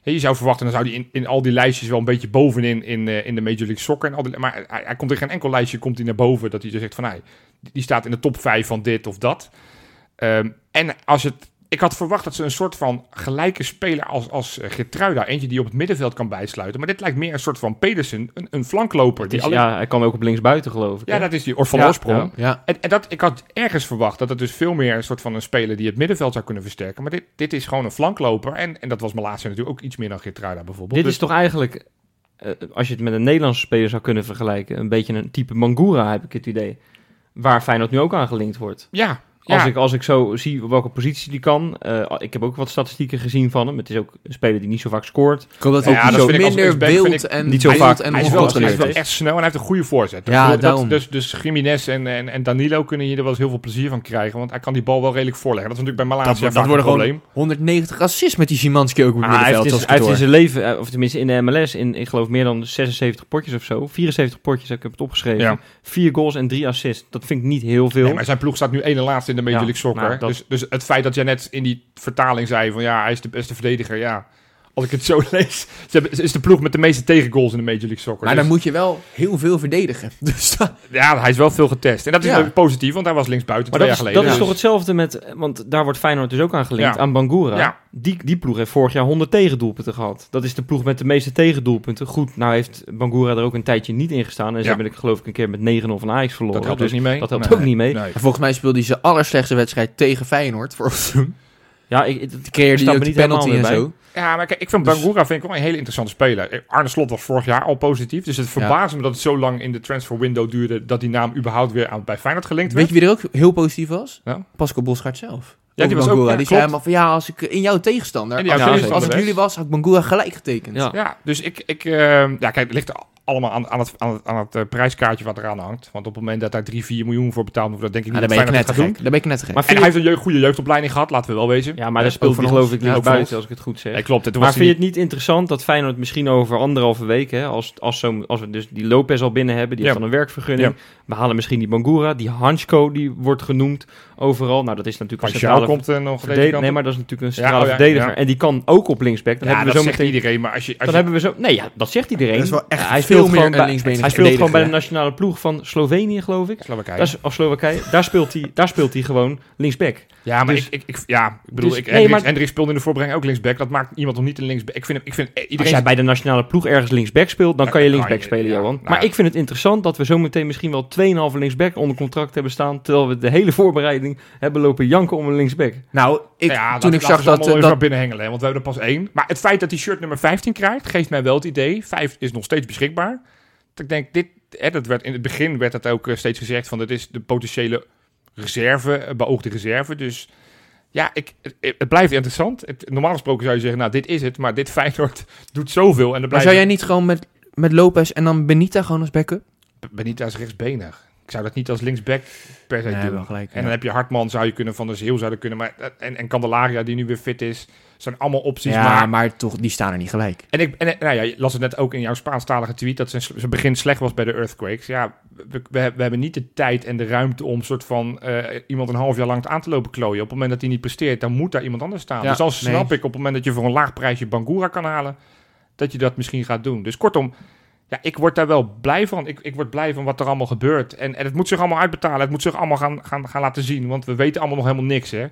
Speaker 2: Hè, Je zou verwachten, dan zou hij in, in al die lijstjes wel een beetje bovenin in, eh, in de Major League Soccer. En al die, maar hij, hij komt in geen enkel lijstje komt hij naar boven dat hij zegt van, hij die staat in de top 5 van dit of dat. Ehm, en als het, ik had verwacht dat ze een soort van gelijke speler als, als eh, Gertruida, eentje die op het middenveld kan bijsluiten. Maar dit lijkt meer een soort van Pedersen, een, een flankloper.
Speaker 4: Het
Speaker 2: Die
Speaker 4: is-
Speaker 2: alleen- ja,
Speaker 4: ja, hij kwam ook op linksbuiten, geloof ik. hè?
Speaker 2: dat is die, of van
Speaker 4: Ja,
Speaker 2: oorsprong.
Speaker 4: ja.
Speaker 3: Ja.
Speaker 2: En, en dat, ik had ergens verwacht dat het dus veel meer een soort van een speler die het middenveld zou kunnen versterken. Maar dit, dit is gewoon een flankloper. En, en dat was Malasia natuurlijk ook iets meer dan Gertruida bijvoorbeeld. Dus
Speaker 4: Dit is toch eigenlijk, eh, als je het met een Nederlandse speler zou kunnen vergelijken, een beetje een type Mangura, heb ik het idee. Waar Feyenoord nu ook aan gelinkt wordt.
Speaker 2: Dus ja,
Speaker 4: Als,
Speaker 2: ja.
Speaker 4: ik, als ik zo zie op welke positie die kan. eh, ik heb ook wat statistieken gezien van hem. Het is ook een speler die niet zo vaak scoort.
Speaker 3: Ik hoop dat
Speaker 2: Ja,
Speaker 3: hij
Speaker 2: dat
Speaker 3: zo
Speaker 2: vind ik als
Speaker 3: minder
Speaker 2: linksback vind
Speaker 3: wild
Speaker 2: ik
Speaker 3: en
Speaker 4: niet zo
Speaker 3: wild
Speaker 4: vaak.
Speaker 3: en
Speaker 2: hij is, wel, hij is
Speaker 3: ongecontroleerd
Speaker 2: wel
Speaker 3: is.
Speaker 2: echt snel en hij heeft een goede voorzet. Dus
Speaker 3: Ja,
Speaker 2: dat-
Speaker 3: daarom.
Speaker 2: dus dus Jiménez en, en, en Danilo kunnen hier er wel eens heel veel plezier van krijgen. Want hij kan die bal wel redelijk voorleggen. Dat is natuurlijk bij Malasia
Speaker 3: Dat,
Speaker 2: vaak
Speaker 3: dat worden
Speaker 2: een
Speaker 3: gewoon
Speaker 2: probleem.
Speaker 3: 190 assists met die Szymanski ook op het
Speaker 4: Ah, hij heeft, in
Speaker 3: middenveld. als
Speaker 4: zijn-
Speaker 3: ik
Speaker 4: hij
Speaker 3: het
Speaker 4: heeft in
Speaker 3: hoor.
Speaker 4: zijn leven, eh, of tenminste in de MLS, in ik geloof meer dan 76 potjes of zo. 74 potjes heb ik heb het opgeschreven.
Speaker 2: Ja.
Speaker 4: Vier goals en drie assists. Dat vind ik niet heel veel.
Speaker 2: Nee, maar zijn ploeg staat nu ene laatste in de Major
Speaker 4: Ja,
Speaker 2: League Soccer.
Speaker 4: maar
Speaker 3: nou,
Speaker 4: dat-
Speaker 2: dus, dus het feit dat jij net in die vertaling zei van ja, hij is de beste verdediger. Ja, als ik het zo lees. Ze hebben, ze is de ploeg met de meeste tegengoals in de Major League Soccer.
Speaker 3: Maar
Speaker 2: Dus-
Speaker 3: dan moet je wel heel veel verdedigen. Dus dat-
Speaker 2: ja, hij is wel veel getest. En dat is
Speaker 3: Ja.
Speaker 2: wel positief, want hij was linksbuiten
Speaker 4: Maar
Speaker 2: twee
Speaker 4: dat, is,
Speaker 2: jaar
Speaker 4: dat
Speaker 2: geleden.
Speaker 4: is
Speaker 2: Dus-
Speaker 4: toch hetzelfde met, want daar wordt Feyenoord dus ook aan gelinkt,
Speaker 2: Ja.
Speaker 4: aan Bangura.
Speaker 2: Ja.
Speaker 4: Die, die ploeg heeft vorig jaar 100 tegendoelpunten gehad. Dat is de ploeg met de meeste tegendoelpunten. Goed, nou heeft Bangura er ook een tijdje niet in gestaan. En ze
Speaker 2: Ja.
Speaker 4: hebben ik geloof ik een keer met 9-0 van Ajax verloren.
Speaker 2: dat helpt
Speaker 4: dus
Speaker 2: ook niet mee.
Speaker 4: dat helpt
Speaker 2: Nee.
Speaker 4: ook niet mee.
Speaker 2: Nee.
Speaker 3: En volgens mij speelde hij zijn allerslechtste wedstrijd tegen Feyenoord voor ons toen.
Speaker 4: Ja, ik, ik-
Speaker 3: Die creëerde
Speaker 4: Snap
Speaker 3: hij
Speaker 4: me
Speaker 3: ook de
Speaker 4: niet helemaal
Speaker 3: penalty en
Speaker 4: meer bij.
Speaker 3: zo.
Speaker 2: Ja, maar kijk, ik vind
Speaker 3: Dus-
Speaker 2: Bangura vind ik wel een hele interessante speler. Eh, Arne Slot was vorig jaar al positief. Dus het verbaast me dat het zo lang in de transfer window duurde... dat die naam überhaupt weer aan, bij Feyenoord gelinkt
Speaker 3: Weet
Speaker 2: werd.
Speaker 3: je wie er ook heel positief was?
Speaker 2: Ja.
Speaker 3: Pascal Bosgaard zelf.
Speaker 2: die
Speaker 3: Over
Speaker 2: was ook-
Speaker 3: Bangura.
Speaker 2: ja,
Speaker 3: die
Speaker 2: klopt.
Speaker 3: zei helemaal van ja, als ik in jouw tegenstander,
Speaker 2: En die
Speaker 3: als,
Speaker 4: had
Speaker 3: als
Speaker 4: zeker
Speaker 3: ik
Speaker 2: de
Speaker 3: jullie was, had ik Bangura gelijk getekend.
Speaker 4: Ja.
Speaker 2: Ja, dus ik... ik ehm, ja, kijk, het ligt allemaal aan, aan het, aan het, aan het eh, prijskaartje wat eraan hangt. Want op het moment dat daar 3, 4 miljoen voor betaald wordt... dat denk ik
Speaker 3: Ah,
Speaker 2: niet
Speaker 3: daar
Speaker 2: dat
Speaker 3: ben je
Speaker 2: Feyenoord dat gaat doen.
Speaker 3: knettergek. Daar ben je knettergek.
Speaker 4: Maar
Speaker 2: En hij
Speaker 4: vind je,
Speaker 2: heeft een jeugd- goede jeugdopleiding gehad, laten we wel wezen.
Speaker 4: ja, maar daar
Speaker 3: ook
Speaker 4: speelt
Speaker 3: van
Speaker 4: hij
Speaker 3: ons.
Speaker 4: geloof ik
Speaker 3: Ja, ook
Speaker 4: links
Speaker 3: van
Speaker 4: buiten, als ik het goed zeg.
Speaker 2: Nee, klopt, het was
Speaker 4: maar vind
Speaker 2: niet-
Speaker 4: je het niet interessant dat Feyenoord misschien over anderhalve week, hè, als, als, zo, als we dus die Lopez al binnen hebben, die
Speaker 2: Ja.
Speaker 4: heeft dan een werkvergunning.
Speaker 2: Ja.
Speaker 4: We halen misschien die Bangura, die Hansko, die wordt genoemd overal. Nou, dat is natuurlijk een
Speaker 2: Martial
Speaker 4: centrale
Speaker 2: komt er nog deze
Speaker 4: verdediger.
Speaker 2: kant
Speaker 4: Nee,
Speaker 2: op.
Speaker 4: maar dat is natuurlijk een
Speaker 2: Ja,
Speaker 4: centrale
Speaker 2: oh ja,
Speaker 4: verdediger.
Speaker 2: ja.
Speaker 4: En die kan ook op linksback. Dan
Speaker 2: Ja,
Speaker 4: hebben
Speaker 2: dat
Speaker 4: we zo
Speaker 2: zegt
Speaker 4: meteen...
Speaker 2: iedereen, maar als je... Als
Speaker 4: Dan
Speaker 2: je-
Speaker 4: hebben we zo... Nee, ja, dat zegt iedereen.
Speaker 3: Dat is wel echt
Speaker 4: Ja, hij
Speaker 3: veel
Speaker 4: speelt
Speaker 3: meer
Speaker 4: gewoon
Speaker 3: een
Speaker 4: bij-
Speaker 3: linksbenige
Speaker 4: Hij speelt gewoon bij de
Speaker 3: verdediger,
Speaker 4: nationale ploeg van Slovenië, geloof ik.
Speaker 2: Slowakije.
Speaker 4: Daar is, of Slowakije. daar, speelt hij, daar speelt hij gewoon linksback.
Speaker 2: Ja, maar
Speaker 4: Dus-
Speaker 2: ik, ik, ik- ja, ik bedoel,
Speaker 4: dus-
Speaker 2: ik,
Speaker 4: nee,
Speaker 2: Hendricks,
Speaker 4: maar-
Speaker 2: Hendricks speelde in de voorbereiding ook linksback. Dat maakt iemand nog niet een linksback. Ik vind, hem- ik vind eh,
Speaker 4: Als
Speaker 2: iedereen...
Speaker 4: jij bij de nationale ploeg ergens linksback speelt, dan
Speaker 2: Ja,
Speaker 4: kan je
Speaker 2: dan
Speaker 4: linksback
Speaker 2: kan je,
Speaker 4: spelen,
Speaker 2: ja.
Speaker 4: Johan.
Speaker 2: Nou
Speaker 4: maar
Speaker 2: ja.
Speaker 4: ik vind het interessant dat we zometeen misschien wel 2,5 linksback onder contract hebben staan. Terwijl we de hele voorbereiding hebben lopen janken om een linksback.
Speaker 3: Nou, ik,
Speaker 2: Nou ja,
Speaker 3: toen
Speaker 2: laat-
Speaker 3: ik
Speaker 2: laten we ze
Speaker 3: zag dat,
Speaker 2: allemaal
Speaker 3: eh,
Speaker 2: even
Speaker 3: dat
Speaker 2: naar binnen hengelen, hè, want we hebben er pas één. Maar het feit dat die shirt nummer 15 krijgt, geeft mij wel het idee. Vijf is nog steeds beschikbaar. Dat ik denk, dit, hè, dat werd, in het begin werd dat ook eh, steeds gezegd: van dit is de potentiële reserve, eh, beoogde reserve. Dus ja, ik, het, het blijft interessant. Het- normaal gesproken zou je zeggen, nou dit is het. Maar dit Feyenoord doet zoveel. En dan
Speaker 3: Maar
Speaker 2: blijft
Speaker 3: zou jij niet gewoon met, met Lopez en dan Benita gewoon als backup?
Speaker 2: Benita is rechtsbenig. Ik zou dat niet als linksback per se doen.
Speaker 3: gelijk.
Speaker 2: En dan heb je Hartman zou je kunnen, Van der Heel zou je kunnen. Maar, eh, en, en Candelaria die nu weer fit is. zijn allemaal opties.
Speaker 3: ja,
Speaker 2: maar
Speaker 3: maar, toch, die staan er niet gelijk.
Speaker 2: En ik en, nou ja, je las het net ook in jouw Spaanstalige tweet dat zijn, zijn begin slecht was bij de Earthquakes. Ja, we, we, we hebben niet de tijd en de ruimte om soort van eh, iemand een half jaar lang aan te lopen klooien. Op het moment dat hij niet presteert, dan moet daar iemand anders staan.
Speaker 3: Ja,
Speaker 2: dus dan snap
Speaker 3: nee.
Speaker 2: ik op het moment dat je voor een laag prijsje Bangura kan halen, dat je dat misschien gaat doen. Dus kortom, ja, ik word daar wel blij van. Ik, ik word blij van wat er allemaal gebeurt. En, en het moet zich allemaal uitbetalen. Het moet zich allemaal gaan, gaan, gaan laten zien. Want we weten allemaal nog helemaal niks, hè.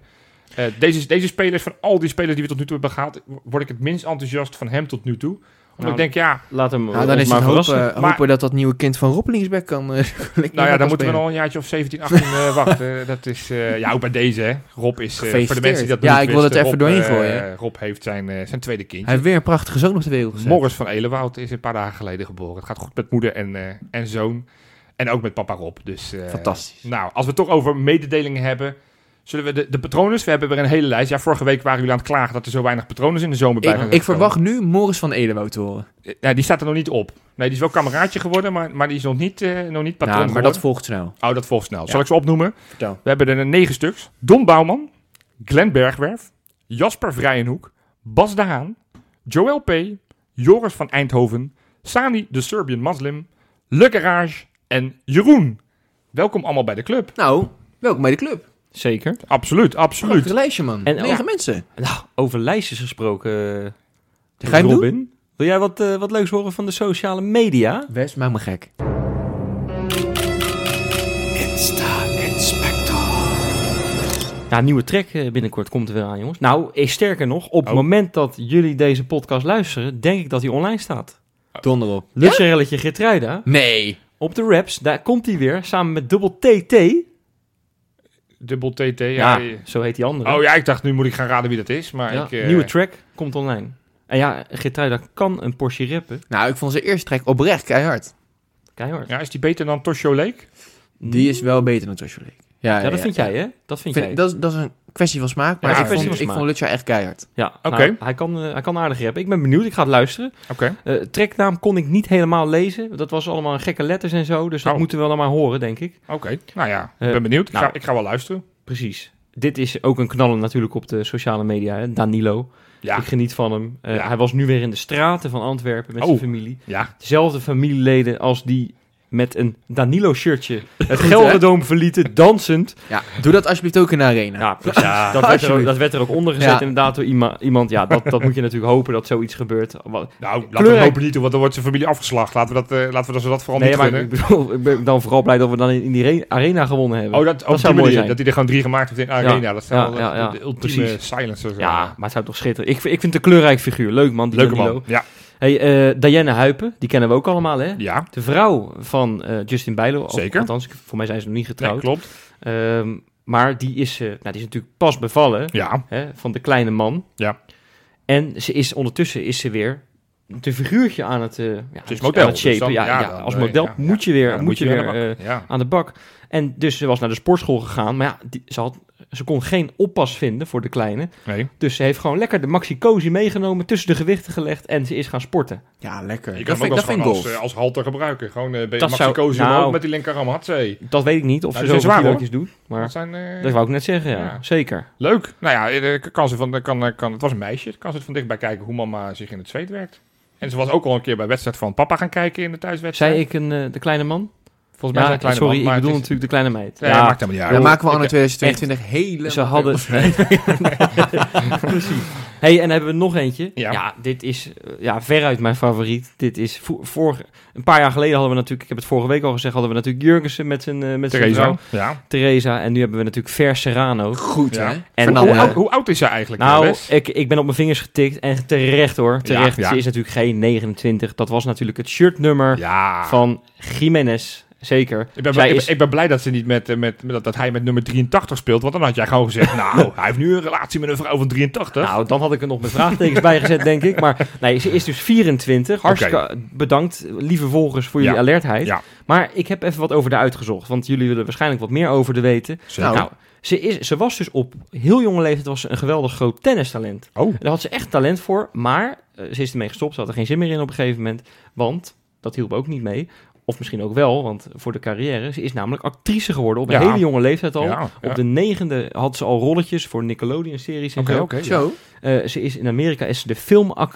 Speaker 2: Eh, deze, deze spelers, van al die spelers die we tot nu toe hebben gehaald, word ik het minst enthousiast van hem tot nu toe. Omdat
Speaker 4: Nou,
Speaker 2: ik denk, ja,
Speaker 4: Laat hem eh,
Speaker 3: Nou,
Speaker 4: ons
Speaker 3: dan is
Speaker 4: maar
Speaker 3: het hopen,
Speaker 4: verrassen.
Speaker 3: hopen
Speaker 2: Maar-
Speaker 3: dat dat nieuwe kind van Rob linksback kan. eh, linksback
Speaker 2: nou ja,
Speaker 3: kan
Speaker 2: dan moeten we
Speaker 3: spelen.
Speaker 2: al een jaartje of 17, 18 eh, wachten. Dat is, eh, ja, ook bij deze, hè. Rob is, eh, voor de
Speaker 3: Gefeliciteerd.
Speaker 2: mensen die dat
Speaker 3: Ja,
Speaker 2: niet
Speaker 3: ik wil het
Speaker 2: wisten,
Speaker 3: even
Speaker 2: Rob,
Speaker 3: doorheen
Speaker 2: eh,
Speaker 3: gooien.
Speaker 2: Rob heeft zijn, eh, zijn tweede
Speaker 3: Hij
Speaker 2: kindje.
Speaker 3: heeft weer een prachtige zoon op de wereld gezet.
Speaker 2: Morris van Elewoud is een paar dagen geleden geboren. Het gaat goed met moeder en, eh, en zoon. En ook met papa Rob. Dus, eh,
Speaker 3: Fantastisch.
Speaker 2: Nou, als we het toch over mededelingen hebben. Zullen we de, de patronen? We hebben weer een hele lijst. Ja, vorige week waren jullie aan het klagen dat er zo weinig patronen in de zomer bij
Speaker 3: Ik,
Speaker 2: gaan
Speaker 3: ik
Speaker 2: komen.
Speaker 3: verwacht nu Morris van Edewoud te horen.
Speaker 2: Eh, nou, die staat er nog niet op. Nee, die is wel kameraadje geworden, maar, maar die is nog niet, eh, nog niet patroon.
Speaker 3: Nou, maar dat
Speaker 2: geworden.
Speaker 3: volgt snel.
Speaker 2: Oh, dat volgt snel. Zal ik ze opnoemen?
Speaker 3: Vertel.
Speaker 2: We hebben er negen stuks. Don Bouwman, Glenn Bergwerf, Jasper Vrijenhoek, Bas de Haan, Joel P., Joris van Eindhoven, Sani de Serbian Muslim, Le Garage en Jeroen. Welkom allemaal bij de club.
Speaker 3: Nou, welkom bij de club.
Speaker 4: Zeker.
Speaker 2: Absoluut, absoluut.
Speaker 3: Prachtig lijstje, man.
Speaker 4: En-
Speaker 3: Negen
Speaker 4: ja.
Speaker 3: mensen.
Speaker 4: Nou, over lijstjes gesproken, eh,
Speaker 3: Ga je hem doen?
Speaker 4: Robin. Wil jij wat, eh, wat leuks horen van de sociale media?
Speaker 3: Wes, maak me gek.
Speaker 4: Ja, een nieuwe track eh, binnenkort komt er weer aan, jongens. Nou, eh, sterker nog, op het
Speaker 2: Oh.
Speaker 4: moment dat jullie deze podcast luisteren, denk ik dat hij online staat.
Speaker 3: Donder op.
Speaker 4: Luxerelletje Gertruida,
Speaker 3: Nee.
Speaker 4: op de raps, daar komt hij weer, samen met Dubbel TT.
Speaker 2: Dubbel TT.
Speaker 4: Ja,
Speaker 2: Ja.
Speaker 4: zo heet die andere.
Speaker 2: Oh ja, ik dacht nu moet ik gaan raden wie dat is. Maar
Speaker 4: Ja,
Speaker 2: ik, eh,
Speaker 4: Nieuwe track komt online. En ja, Gertruida kan een Porsche rappen.
Speaker 3: Nou, ik vond zijn eerste track oprecht keihard.
Speaker 4: Keihard.
Speaker 2: ja, is die beter dan Tosho Lake?
Speaker 3: Die is wel beter dan Treasure Lake. Ja,
Speaker 4: Ja, dat vind jij, hè? Dat vind, jij.
Speaker 3: Vind- dat, is- dat is een kwestie van smaak, maar
Speaker 2: Ja,
Speaker 3: ik,
Speaker 2: kwestie
Speaker 3: vond,
Speaker 4: van
Speaker 3: ik
Speaker 4: smaak.
Speaker 3: vond Lucha echt keihard.
Speaker 4: Ja,
Speaker 2: Oké.
Speaker 4: nou, hij, kan, eh, hij kan aardig rappen. Ik ben benieuwd, ik ga het luisteren.
Speaker 2: Oké.
Speaker 4: Eh treknaam kon ik niet helemaal lezen. Dat was allemaal gekke letters en zo. Dus dat
Speaker 2: Oh.
Speaker 4: moeten we dan maar horen, denk ik.
Speaker 2: Oké, nou ja, ik
Speaker 4: Eh,
Speaker 2: ben benieuwd. Ik,
Speaker 4: nou.
Speaker 2: ga, ik ga wel luisteren.
Speaker 4: Precies. Dit is ook een knaller natuurlijk op de sociale media. Hè? Danilo.
Speaker 2: Ja,
Speaker 4: Ik geniet van hem. Eh,
Speaker 2: Ja.
Speaker 4: Hij was nu weer in de straten van Antwerpen met
Speaker 2: Oh.
Speaker 4: zijn familie.
Speaker 2: ja.
Speaker 4: Dezelfde familieleden als die met een Danilo-shirtje het
Speaker 3: hè?
Speaker 4: Gelderdoom verlieten, dansend.
Speaker 3: Ja, doe dat alsjeblieft ook in de
Speaker 2: Nou,
Speaker 3: arena.
Speaker 4: Ja, precies. Dat, werd er ook,
Speaker 3: Alsjeblieft.
Speaker 4: dat werd er ook onder gezet
Speaker 3: Ja.
Speaker 4: inderdaad door ima- iemand. Ja, dat, dat moet je natuurlijk hopen dat zoiets gebeurt. Wat-
Speaker 2: Nou, laten we
Speaker 4: Kleurrijk.
Speaker 2: het hopen niet doen, want dan wordt zijn familie afgeslacht. Laten we dat, eh, laten we dat, ze dat vooral
Speaker 4: Nee,
Speaker 2: niet
Speaker 4: maar
Speaker 2: gunnen.
Speaker 4: ik, bedoel, ik ben dan vooral blij dat we dan in in die re- arena gewonnen hebben.
Speaker 2: Oh, dat, op
Speaker 4: zou
Speaker 2: die
Speaker 4: mooi
Speaker 2: manier,
Speaker 4: zijn.
Speaker 2: dat hij er gewoon drie gemaakt heeft in Arena. Dat zou
Speaker 4: ja,
Speaker 2: wel
Speaker 4: ja,
Speaker 2: de-
Speaker 4: ja,
Speaker 2: de ultieme
Speaker 4: precies.
Speaker 2: silencer zijn.
Speaker 4: Ja, maar het zou toch schitteren. Ik, vind- ik vind het een kleurrijk figuur. Leuk man, die
Speaker 2: Leuke
Speaker 4: Danilo.
Speaker 2: man. Ja,
Speaker 4: Hey, eh, Diana Huipen, die kennen we ook allemaal, hè?
Speaker 2: ja.
Speaker 4: De vrouw van eh, Justin Bijlo. of-
Speaker 2: Zeker.
Speaker 4: Althans, ik- voor mij zijn ze nog niet
Speaker 2: Nee,
Speaker 4: getrouwd.
Speaker 2: klopt.
Speaker 4: Ehm, maar die is, eh, nou, die is natuurlijk pas bevallen
Speaker 2: Ja,
Speaker 4: hè, van de kleine man.
Speaker 2: Ja.
Speaker 4: En ze is, ondertussen is ze weer een figuurtje aan het, eh, ja, aan het-
Speaker 2: model,
Speaker 4: aan het
Speaker 2: dus
Speaker 4: shapen.
Speaker 2: dan-
Speaker 4: ja,
Speaker 2: ja,
Speaker 4: ja,
Speaker 2: dan,
Speaker 4: als
Speaker 2: eh,
Speaker 4: model
Speaker 2: ja,
Speaker 4: moet je weer,
Speaker 2: Ja, dan
Speaker 4: moet je weer
Speaker 2: aan de
Speaker 4: eh,
Speaker 2: bak. ja.
Speaker 4: aan de bak. En dus ze was naar de sportschool gegaan. Maar ja, die, ze, had, ze kon geen oppas vinden voor de kleine.
Speaker 2: Nee.
Speaker 4: Dus ze heeft gewoon lekker de maxi cozy meegenomen, tussen de gewichten gelegd en ze is gaan sporten.
Speaker 3: Ja, lekker.
Speaker 2: Je kan
Speaker 3: Dat vind,
Speaker 2: hem ook
Speaker 3: dat
Speaker 2: als,
Speaker 3: vind ik
Speaker 2: gewoon als,
Speaker 3: golf.
Speaker 2: eh, als halter gebruiken. Gewoon eh ben je
Speaker 4: Dat
Speaker 2: maxi
Speaker 4: zou-
Speaker 2: cozy
Speaker 4: nou.
Speaker 2: omhoog met die linkerarm. Hatsé.
Speaker 4: Dat weet ik niet, of
Speaker 2: Nou,
Speaker 4: ze
Speaker 2: die zijn
Speaker 4: zoveel
Speaker 2: zwaar,
Speaker 4: kilootjes doet. Maar
Speaker 2: Dat zijn... eh,
Speaker 4: dat wou ik net zeggen, ja.
Speaker 2: Ja.
Speaker 4: Zeker.
Speaker 2: Leuk. Nou ja, eh, kan ze van, eh, kan, eh, kan, het was een meisje. Kan ze het van dichtbij kijken hoe mama zich in het zweet werkt. En ze was ook al een keer bij wedstrijd van papa gaan kijken in de thuiswedstrijd.
Speaker 4: Zei ik een, eh, de kleine man? Volgens mij
Speaker 2: Ja,
Speaker 4: zei
Speaker 2: de kleine
Speaker 4: sorry,
Speaker 2: man,
Speaker 4: ik
Speaker 2: maar
Speaker 4: bedoel
Speaker 2: het is-
Speaker 4: natuurlijk de kleine meid.
Speaker 2: Nee, maakt helemaal niet uit.
Speaker 3: Dan maken we
Speaker 2: Ik-
Speaker 3: anno 2022 hele...
Speaker 4: Ze hadden. Precies. Hey, en hebben we nog eentje?
Speaker 2: Ja.
Speaker 4: dit is eh, ja, veruit mijn favoriet. Dit is vo- vorige, een paar jaar geleden hadden we natuurlijk, ik heb het vorige week al gezegd, hadden we natuurlijk Jurgensen met zijn, eh, met zijn
Speaker 2: Theresa.
Speaker 4: vrouw,
Speaker 2: Ja.
Speaker 4: Theresa. En nu hebben we natuurlijk Ver Serrano.
Speaker 3: Goed,
Speaker 2: Ja.
Speaker 3: hè?
Speaker 4: En
Speaker 3: Fernando.
Speaker 2: Hoe,
Speaker 4: eh,
Speaker 2: oud- hoe oud is zij eigenlijk?
Speaker 4: Nou,
Speaker 2: Wes?
Speaker 4: ik, ik ben op mijn vingers getikt en terecht hoor. Terecht.
Speaker 2: ja.
Speaker 4: Ze is natuurlijk geen 29. Dat was natuurlijk het shirtnummer
Speaker 2: ja.
Speaker 4: van Jiménez. Zeker.
Speaker 2: Ik ben,
Speaker 4: Zij
Speaker 2: ik, ben-
Speaker 4: is-
Speaker 2: ik ben blij dat, ze niet met, eh, met, met- dat, dat hij met nummer 83 speelt. Want dan had jij gewoon gezegd, nou, hij heeft nu een relatie met een vrouw van 83.
Speaker 4: Nou, dan had ik er nog met vraagtekens bij gezet, denk ik. Maar nee, ze is dus 24. Hartstikke bedankt, lieve volgers, voor jullie
Speaker 2: Ja.
Speaker 4: alertheid.
Speaker 2: Ja.
Speaker 4: Maar ik heb even wat over haar uitgezocht. Want jullie willen waarschijnlijk wat meer over de weten.
Speaker 2: Zeker.
Speaker 4: Nou, ze, is, ze was dus op heel jonge leeftijd was ze een geweldig groot tennistalent.
Speaker 2: oh,
Speaker 4: Daar had ze echt talent voor, maar eh, ze is ermee gestopt. Ze had er geen zin meer in op een gegeven moment. Want dat hielp ook niet mee. Of misschien ook wel, want voor de carrière. Ze is namelijk actrice geworden op een
Speaker 2: Ja.
Speaker 4: hele jonge leeftijd al.
Speaker 2: ja, ja.
Speaker 4: nou, Op de negende had ze al rolletjes voor Nickelodeon-series en
Speaker 2: Oké,
Speaker 4: zo.
Speaker 2: oké.
Speaker 3: Zo.
Speaker 4: Eh, ze is in Amerika is ze de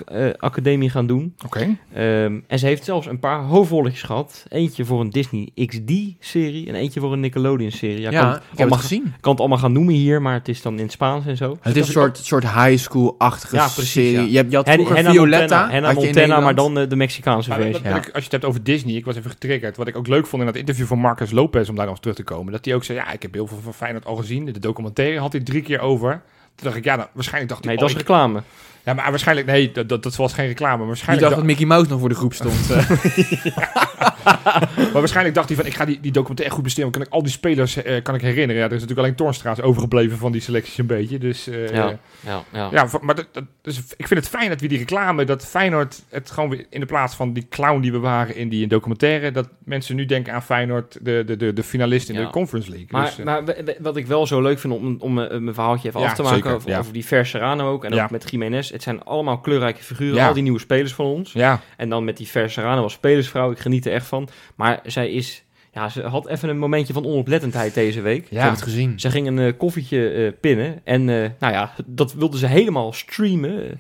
Speaker 4: filmacademie gaan doen.
Speaker 2: Oké.
Speaker 4: Ehm, en ze heeft zelfs een paar hoofdrolletjes gehad. Eentje voor een Disney XD-serie en eentje voor een Nickelodeon-serie. Ja,
Speaker 3: Ja,
Speaker 4: kan,
Speaker 3: ik heb
Speaker 4: allemaal-
Speaker 3: het gezien.
Speaker 4: kan het allemaal gaan noemen hier, maar het is dan in het Spaans en zo.
Speaker 3: Het is een soort, soort high school-achtige
Speaker 4: Ja, precies,
Speaker 3: serie.
Speaker 4: ja.
Speaker 3: Je, hebt, je had vroeger
Speaker 4: Hannah
Speaker 3: Violetta.
Speaker 4: Montana, Hannah
Speaker 3: had je in
Speaker 4: Montana maar
Speaker 3: Nederland.
Speaker 4: dan eh, de Mexicaanse
Speaker 2: Maar dat-
Speaker 4: versie.
Speaker 2: dat-
Speaker 4: Ja.
Speaker 2: ik- als je het hebt over Disney, ik was even getriggerd. Wat ik ook leuk vond in dat interview van Marcus Lopez, om daar nog op terug te komen. Dat hij ook zei, ja, ik heb heel veel van Feyenoord al gezien. De documentaire had hij drie keer over. Toen dacht ik, ja, nou, waarschijnlijk dacht hij...
Speaker 4: Nee, dat
Speaker 2: oh,
Speaker 4: is
Speaker 2: ik-
Speaker 4: reclame.
Speaker 2: Ja, maar waarschijnlijk, nee, dat, dat, dat was geen reclame. Maar
Speaker 3: Die
Speaker 2: waarschijnlijk,
Speaker 3: dacht dat Mickey Mouse nog voor de groep stond. eh.
Speaker 2: dacht- maar waarschijnlijk dacht hij van, ik ga die, die documentaire goed besteden. want Kan ik al die spelers eh, kan ik herinneren. Ja, er is natuurlijk alleen Torstra's overgebleven van die selecties een beetje. Dus eh,
Speaker 4: Ja, ja, ja.
Speaker 2: Ja, v- maar dat, dat- dus ik vind het fijn dat we die reclame, dat Feyenoord het gewoon weer in de plaats van die clown die we waren in die documentaire, dat mensen nu denken aan Feyenoord, de, de, de, de finalist in
Speaker 4: Ja.
Speaker 2: de Conference League.
Speaker 4: Maar, nou,
Speaker 2: dus, eh,
Speaker 4: maar we- we- wat ik wel zo leuk vind om, om eh, mijn verhaaltje even
Speaker 2: Ja,
Speaker 4: af te maken
Speaker 2: zeker,
Speaker 4: over,
Speaker 2: ja.
Speaker 4: over die Fer Serrano ook en
Speaker 2: Ja.
Speaker 4: ook met Jiménez. Het zijn allemaal kleurrijke figuren,
Speaker 2: Ja.
Speaker 4: al die nieuwe spelers van ons.
Speaker 2: ja,
Speaker 4: En dan met die Fer Serrano als spelersvrouw, ik geniet er echt van. Maar zij is, ja, ze had even een momentje van onoplettendheid deze week.
Speaker 3: Ik heb het gezien.
Speaker 4: Ze ging een eh, koffietje eh, pinnen en eh, nou ja, dat wilde ze helemaal streamen.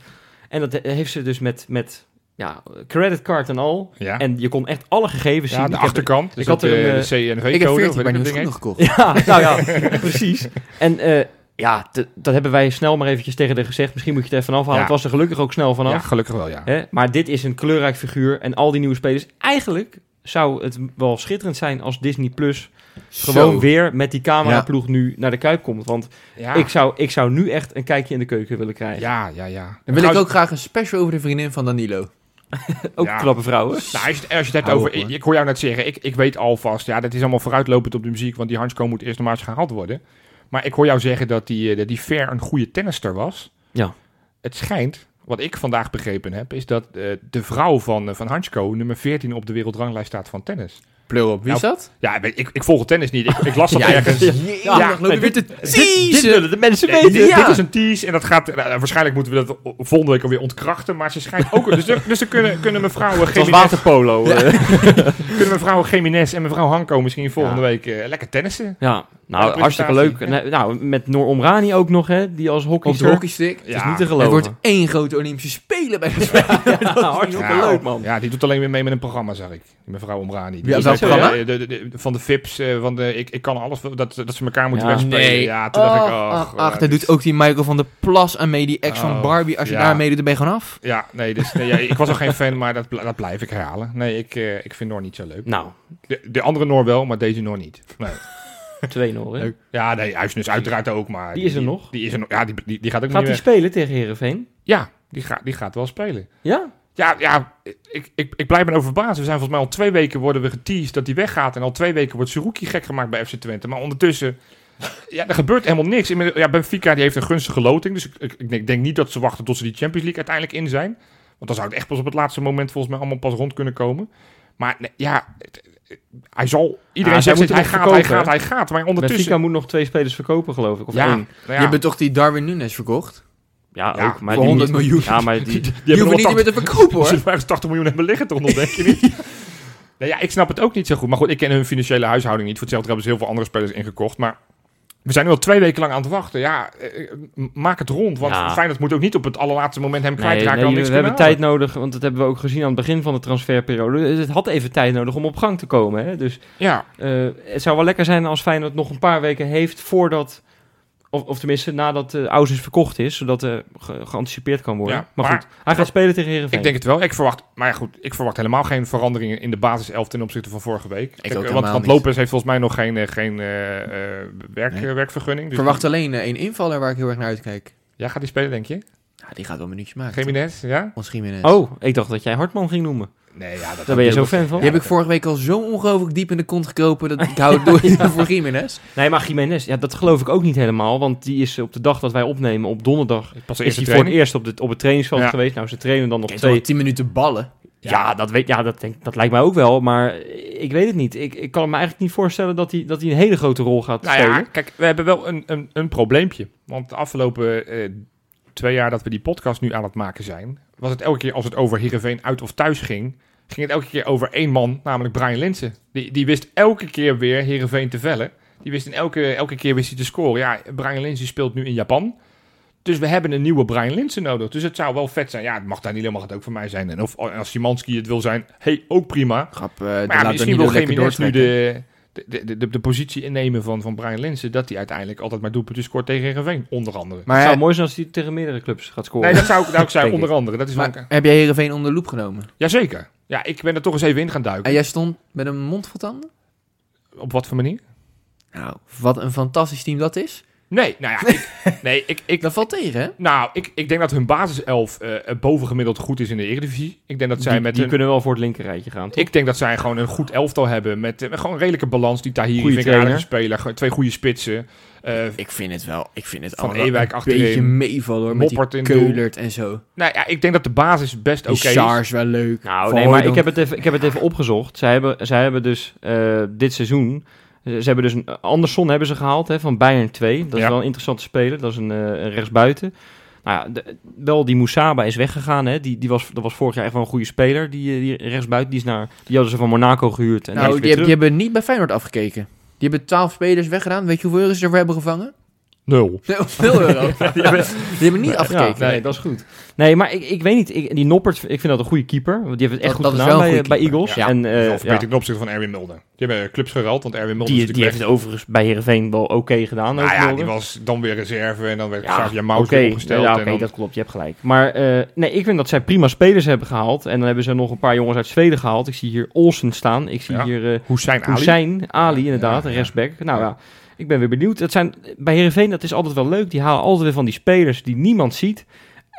Speaker 4: En dat he- heeft ze dus met, met ja, creditcard en al.
Speaker 2: ja.
Speaker 4: En je kon echt alle gegevens
Speaker 2: ja,
Speaker 4: zien.
Speaker 2: de
Speaker 4: Ik heb-
Speaker 2: achterkant. Dus
Speaker 4: ik had
Speaker 2: ook,
Speaker 4: er een,
Speaker 2: eh,
Speaker 4: eh,
Speaker 2: de CNV-code.
Speaker 3: Ik heb 14
Speaker 2: of
Speaker 3: paar
Speaker 2: weet ik
Speaker 3: nieuwe
Speaker 2: wat
Speaker 3: schoenen
Speaker 2: het
Speaker 3: gekocht.
Speaker 4: Ja, nou ja, precies. En eh, ja, d- dat hebben wij snel maar eventjes tegen haar gezegd. Misschien moet je het er vanaf halen.
Speaker 2: Ja.
Speaker 4: Het was er gelukkig ook snel
Speaker 2: heet. Ja,
Speaker 4: vanaf.
Speaker 2: gelukkig wel, ja.
Speaker 4: Hè? Maar dit is een kleurrijk figuur. En al die nieuwe spelers. Eigenlijk zou het wel schitterend zijn als Disney Plus gewoon
Speaker 3: Zo.
Speaker 4: weer met die cameraploeg nu naar de Kuip komt. Want
Speaker 2: Ja,
Speaker 4: ik, zou, ik zou nu echt een kijkje in de keuken willen krijgen.
Speaker 2: ja, ja. ja.
Speaker 3: Dan wil ik ook graag een special over de vriendin van Danilo.
Speaker 4: Ook
Speaker 2: Ja.
Speaker 4: knappe vrouwen.
Speaker 2: Nou, als je, het- als je het hebt
Speaker 3: Hou
Speaker 2: over...
Speaker 3: op,
Speaker 2: Ik,
Speaker 3: hoor.
Speaker 2: ik hoor jou net zeggen, ik, ik weet alvast... Ja, dat is allemaal vooruitlopend op de muziek... want die Hansko moet eerst nog maar eens gehaald worden. Maar ik hoor jou zeggen dat die, eh, dat die Fair een goede tennister was.
Speaker 4: Ja.
Speaker 2: Het schijnt, wat ik vandaag begrepen heb... is dat eh, de vrouw van, eh, van Hansko nummer 14 op de wereldranglijst staat van tennis.
Speaker 3: Pleur op. Wie is
Speaker 2: Nou,
Speaker 3: dat?
Speaker 2: Ja, ik, ik, ik volg het tennis niet. Ik, ik las dat ergens.
Speaker 3: Ja,
Speaker 2: Ja,
Speaker 3: ja, loop je weer te
Speaker 4: Dit, dit
Speaker 3: teasen.
Speaker 4: willen de mensen
Speaker 2: Eh,
Speaker 4: weten.
Speaker 2: dit, dit is een tease en dat gaat, nou, nou, waarschijnlijk moeten we dat o- volgende week alweer ontkrachten. Maar ze schijnt ook. Dus, er- dus er kunnen, kunnen mevrouw
Speaker 4: Het was
Speaker 2: Gemines,
Speaker 4: waterpolo. eh.
Speaker 2: kunnen mevrouw Gemines en mevrouw Hanko misschien volgende week eh, lekker tennissen.
Speaker 4: Ja,
Speaker 2: Ja,
Speaker 4: nou,
Speaker 2: de
Speaker 4: hartstikke leuk.
Speaker 2: presentatie,
Speaker 4: Nou, Nou, met Noor Omrani ook nog, hè, die als hockey
Speaker 3: Op de hockeystick.
Speaker 4: Het is niet te
Speaker 3: Het
Speaker 4: geloven.
Speaker 3: wordt één grote Olympische Spelen bij de Spelen.
Speaker 4: Ja, hartstikke
Speaker 2: Nou,
Speaker 4: leuk, man.
Speaker 2: Ja, die doet alleen weer mee met een programma, zeg ik. Die Mevrouw Omrani. Die
Speaker 3: Ja,
Speaker 2: is
Speaker 3: welk
Speaker 2: ook, eh,
Speaker 3: programma?
Speaker 2: de- de- de- van de FIPS, eh, van de ik, ik kan alles, wel- dat, dat ze elkaar moeten
Speaker 4: Ja.
Speaker 2: wegspelen.
Speaker 3: Nee.
Speaker 2: Ja, toen dacht ik, oh,
Speaker 3: ach, ach, daar doet ook die Michael van der Plas aan mee, die ex van
Speaker 2: Oh,
Speaker 3: Barbie. Als je
Speaker 2: ja.
Speaker 3: daar meedoet, dan ben je gewoon af.
Speaker 2: Ja, nee, dus, nee ja, ik was al geen fan, maar dat, bl- dat blijf ik herhalen. Nee, ik, eh, ik vind Noor niet zo leuk.
Speaker 4: Nou,
Speaker 2: De, de andere Noor wel, maar deze Noor niet. Nee.
Speaker 4: twee nog, hè.
Speaker 3: Leuk.
Speaker 2: Ja, nee, Huisnus uiteraard ook, maar...
Speaker 4: Die is er nog?
Speaker 2: Die is er nog, ja, die, die, die gaat ook
Speaker 4: Gaat
Speaker 2: niet
Speaker 4: hij
Speaker 2: weg.
Speaker 4: spelen tegen Herenveen?
Speaker 2: Ja, die, gaat die gaat wel spelen.
Speaker 4: Ja?
Speaker 2: Ja, ja ik, ik, ik blijf me over verbaasd. We zijn volgens mij al twee weken worden we geteased dat hij weggaat. En al twee weken wordt Suruki gek gemaakt bij FC Twente. Maar ondertussen, ja, er gebeurt helemaal niks. Inmiddels- Ja, Benfica die heeft een gunstige loting. Dus ik, ik, ik denk- denk niet dat ze wachten tot ze die Champions League uiteindelijk in zijn. Want dan zou het echt pas op het laatste moment volgens mij allemaal pas rond kunnen komen. Maar nee, ja, het- hij zal... Iedereen
Speaker 4: zij
Speaker 2: zegt
Speaker 4: moeten
Speaker 2: hij
Speaker 4: nog
Speaker 2: gaat, hij
Speaker 4: verkopen,
Speaker 2: gaat, hij
Speaker 4: hè?
Speaker 2: gaat. Maar ondertussen...
Speaker 4: Benfica moet nog twee spelers verkopen, geloof ik. Of
Speaker 2: ja,
Speaker 4: één.
Speaker 2: nou ja.
Speaker 3: Je hebt toch die Darwin Nunes verkocht?
Speaker 4: Ja,
Speaker 2: Ja,
Speaker 4: ook. Maar
Speaker 3: voor
Speaker 4: die
Speaker 3: 100
Speaker 4: moet-
Speaker 3: miljoen.
Speaker 4: Ja, maar die...
Speaker 2: Die
Speaker 3: Die hoeven
Speaker 2: hebben
Speaker 3: niet
Speaker 2: nog
Speaker 3: meer te verkopen,
Speaker 2: Ze
Speaker 3: hoor.
Speaker 2: zullen ergens 80 miljoen hebben liggen toch nog, denk je niet? nou ja, ik snap het ook niet zo goed. Maar goed, ik ken hun financiële huishouding niet. Voor hetzelfde hebben ze heel veel andere spelers ingekocht. Maar we zijn nu al twee weken lang aan het wachten. Ja, eh, eh, m- maak het rond. Want
Speaker 4: Ja.
Speaker 2: Feyenoord moet ook niet op het allerlaatste moment hem
Speaker 4: Nee,
Speaker 2: kwijtraken.
Speaker 4: nee,
Speaker 2: dan
Speaker 4: we
Speaker 2: niks
Speaker 4: hebben
Speaker 2: kunnen
Speaker 4: tijd nodig, want dat hebben we ook gezien aan het begin van de transferperiode. Dus Het had even tijd nodig om op gang te komen. Hè? Dus
Speaker 2: halen. Ja,
Speaker 4: eh, het zou wel lekker zijn als Feyenoord nog een paar weken heeft voordat... Of, of tenminste, nadat eh Ausens verkocht is, zodat er ge- geanticipeerd kan worden.
Speaker 2: Ja,
Speaker 4: maar,
Speaker 2: maar-
Speaker 4: goed, hij gaat spelen tegen Herenveen.
Speaker 2: ik denk het wel. Ik verwacht, maar ja, goed, ik verwacht helemaal geen veranderingen in de basiself ten opzichte van vorige week. Kijk,
Speaker 3: ook
Speaker 2: want-
Speaker 3: helemaal
Speaker 2: want
Speaker 3: niet.
Speaker 2: Lopez heeft volgens mij nog geen, eh, geen eh, eh, werk,
Speaker 3: Nee.
Speaker 2: eh, werkvergunning. Dus
Speaker 3: Verwacht alleen eh, één invaller waar ik heel erg naar uitkijk.
Speaker 2: Ja, gaat hij spelen, denk je?
Speaker 3: Ja, die gaat wel minuutjes maken.
Speaker 2: Jiménez, ja?
Speaker 3: Ons Jiménez.
Speaker 4: Oh, ik dacht dat jij Hartman ging noemen.
Speaker 2: Nee, ja, dat
Speaker 4: Daar ben je zo fan van?
Speaker 3: Die heb ik vorige week al zo ongelooflijk diep in de kont gekropen dat ik hou het door voor Jiménez.
Speaker 4: Nee, maar Jiménez, ja, dat geloof ik ook niet helemaal. Want die is eh, op de dag dat wij opnemen, op donderdag,
Speaker 2: Pas de eerste
Speaker 4: is hij voor het
Speaker 2: training.
Speaker 4: eerst op, de, op het trainingsveld
Speaker 2: Ja.
Speaker 4: geweest. Nou, ze trainen dan nog
Speaker 3: Kijk,
Speaker 4: twee.
Speaker 3: 10 minuten ballen.
Speaker 4: Ja, dat, weet, ja dat, denk, dat lijkt mij ook wel. Maar ik weet het niet. Ik, ik kan me eigenlijk niet voorstellen dat hij, dat hij een hele grote rol gaat
Speaker 2: Nou
Speaker 4: spelen.
Speaker 2: ja, kijk, we hebben wel een, een, een probleempje. Want de afgelopen eh, twee jaar dat we die podcast nu aan het maken zijn... was het elke keer als het over Heerenveen uit of thuis ging... ging het elke keer over één man, namelijk Brian Linsen. Die, die wist elke keer weer Heerenveen te vellen. Die wist in elke, elke keer wist hij te scoren. Ja, Brian Linsen speelt nu in Japan... Dus we hebben een nieuwe Brian Linsen nodig. Dus het zou wel vet zijn. Ja, het mag daar niet helemaal het ook voor mij zijn. En of als Simanski het wil zijn, hey, ook prima.
Speaker 3: Grap, eh,
Speaker 2: Maar ja, misschien wil
Speaker 3: wil
Speaker 2: Jiménez nu de, de, de, de, de positie innemen van, van Brian Linsen... dat hij uiteindelijk altijd maar doelpuntjes scoort tegen Heerenveen, onder andere.
Speaker 4: Het
Speaker 3: Maar,
Speaker 4: zou mooi zijn als hij tegen meerdere clubs gaat scoren.
Speaker 2: nee, dat zou ik, dat zou ik
Speaker 4: Denk
Speaker 2: onder andere. Dat is wel
Speaker 3: maar heb jij Heerenveen onder de loep genomen?
Speaker 2: een- Jazeker. Ja, ik ben er toch eens even in gaan duiken.
Speaker 3: En jij stond met een mond vol tanden?
Speaker 2: Op wat voor manier?
Speaker 3: Nou, wat een fantastisch team dat is.
Speaker 2: Nee, nou ja, ik, nee, ik, ik,
Speaker 3: Dat valt tegen, hè?
Speaker 2: nou, ik, ik denk dat hun basiself eh eh, bovengemiddeld goed is in de Eredivisie. Ik denk dat zij
Speaker 4: die
Speaker 2: met
Speaker 4: die
Speaker 2: hun-
Speaker 4: kunnen wel voor het linkerrijtje gaan. toch?
Speaker 2: Ik denk dat zij gewoon een goed elftal hebben. Met, eh, met gewoon een redelijke balans. Die Tahiri
Speaker 4: Goeie
Speaker 2: vind ik een aardige
Speaker 4: trainer.
Speaker 2: speler. Gewoon Twee goede spitsen. Eh
Speaker 3: Ik vind het wel. Ik vind het
Speaker 2: Van
Speaker 3: allemaal
Speaker 2: Ewijk
Speaker 3: een
Speaker 2: achterin.
Speaker 3: beetje meevallen hoor. Met
Speaker 2: Moppert
Speaker 3: die
Speaker 2: in doel.
Speaker 3: Keulert en zo.
Speaker 2: nou ja, ik denk dat de basis best oké
Speaker 3: Die
Speaker 2: is.
Speaker 3: Sars wel leuk.
Speaker 4: Nou, nee,
Speaker 3: Van
Speaker 4: maar
Speaker 3: Hooijdonk.
Speaker 4: ik heb, het even, ik heb het even opgezocht. Zij hebben, zij hebben dus eh, dit seizoen... eh, Ze hebben dus een Anderson hebben ze gehaald hè, van Bayern 2. Dat is
Speaker 2: Ja.
Speaker 4: wel een interessante speler. Dat is een, eh, een rechtsbuiten. Nou ja, de- wel die Moussaba is weggegaan. Hè. Die, die was, dat was vorig jaar echt wel een goede speler. Die, eh, die rechtsbuiten. Die, is naar, die hadden ze van Monaco gehuurd. En
Speaker 3: Nou,
Speaker 4: die is
Speaker 3: die,
Speaker 4: weer
Speaker 3: hebben- die
Speaker 4: terug.
Speaker 3: hebben niet bij Feyenoord afgekeken. Die hebben 12 spelers weggedaan. Weet je hoeveel euro ze ervoor hebben gevangen?
Speaker 2: Nul.
Speaker 3: Nee, hoeveel euro? die, hebben, niet afgekeken.
Speaker 4: Ja, nee, dat is goed. Nee, maar ik, ik weet niet. Ik, die Noppert, ik vind dat een goede keeper. Want die heeft het echt
Speaker 3: Dat-
Speaker 4: goed
Speaker 3: dat is
Speaker 4: gedaan
Speaker 3: wel een
Speaker 4: bij,
Speaker 3: goede
Speaker 4: bij
Speaker 3: keeper.
Speaker 4: Eagles.
Speaker 2: Ja,
Speaker 4: en, eh,
Speaker 2: Wel
Speaker 4: ja.
Speaker 2: verbeterd ten opzichte van Erwin Mulder. Die hebben clubs gerald, want Erwin Mulder
Speaker 4: Die,
Speaker 2: is
Speaker 4: die heeft
Speaker 2: natuurlijk
Speaker 4: het overigens bij Heerenveen wel oké gedaan.
Speaker 2: weg.
Speaker 4: ook
Speaker 2: Nou ja, die
Speaker 4: Mulder.
Speaker 2: was dan weer reserve en dan werd
Speaker 4: Ja,
Speaker 2: Xavier Maus
Speaker 4: Oké,
Speaker 2: weer opgesteld.
Speaker 4: ja,
Speaker 2: en
Speaker 4: oké,
Speaker 2: dan-
Speaker 4: dat klopt, je hebt gelijk. Maar eh, nee, ik vind dat zij prima spelers hebben gehaald. En dan hebben ze nog een paar jongens uit Zweden gehaald. Ik zie hier Olsen staan. Ik zie
Speaker 2: Ja.
Speaker 4: hier eh
Speaker 2: Hussein Ali.
Speaker 4: Hussein Ali, inderdaad,
Speaker 2: Ja,
Speaker 4: een
Speaker 2: ja.
Speaker 4: rechtsback. Nou
Speaker 2: Ja.
Speaker 4: ja, ik ben weer benieuwd. Dat zijn, bij Heerenveen, dat is altijd wel leuk. Die halen altijd weer van die spelers die niemand ziet.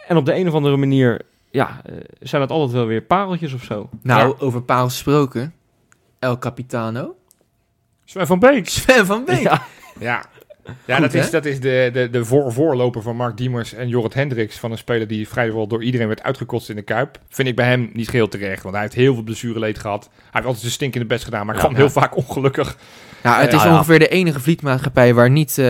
Speaker 4: En op de een of andere manier ja, eh, zijn dat altijd wel weer pareltjes of zo.
Speaker 3: Nou, over paal gesproken. El Capitano.
Speaker 2: Sven van Beek.
Speaker 3: Sven van Beek.
Speaker 4: Ja,
Speaker 2: Ja, ja
Speaker 3: Goed,
Speaker 2: dat, is,
Speaker 3: hè?
Speaker 2: dat is de, de, de voor, voorloper van Mark Diemers en Jorrit Hendricks. Van een speler die vrijwel door iedereen werd uitgekotst in de Kuip. Vind ik bij hem niet geheel terecht. Want hij heeft heel veel blessureleed gehad. Hij heeft altijd zijn stinkende best gedaan. Maar
Speaker 4: Ja,
Speaker 2: kwam
Speaker 4: ja.
Speaker 2: heel vaak ongelukkig.
Speaker 3: Nou, het
Speaker 4: Ja,
Speaker 3: is
Speaker 4: ja.
Speaker 3: ongeveer de enige vliegmaatschappij waar niet eh,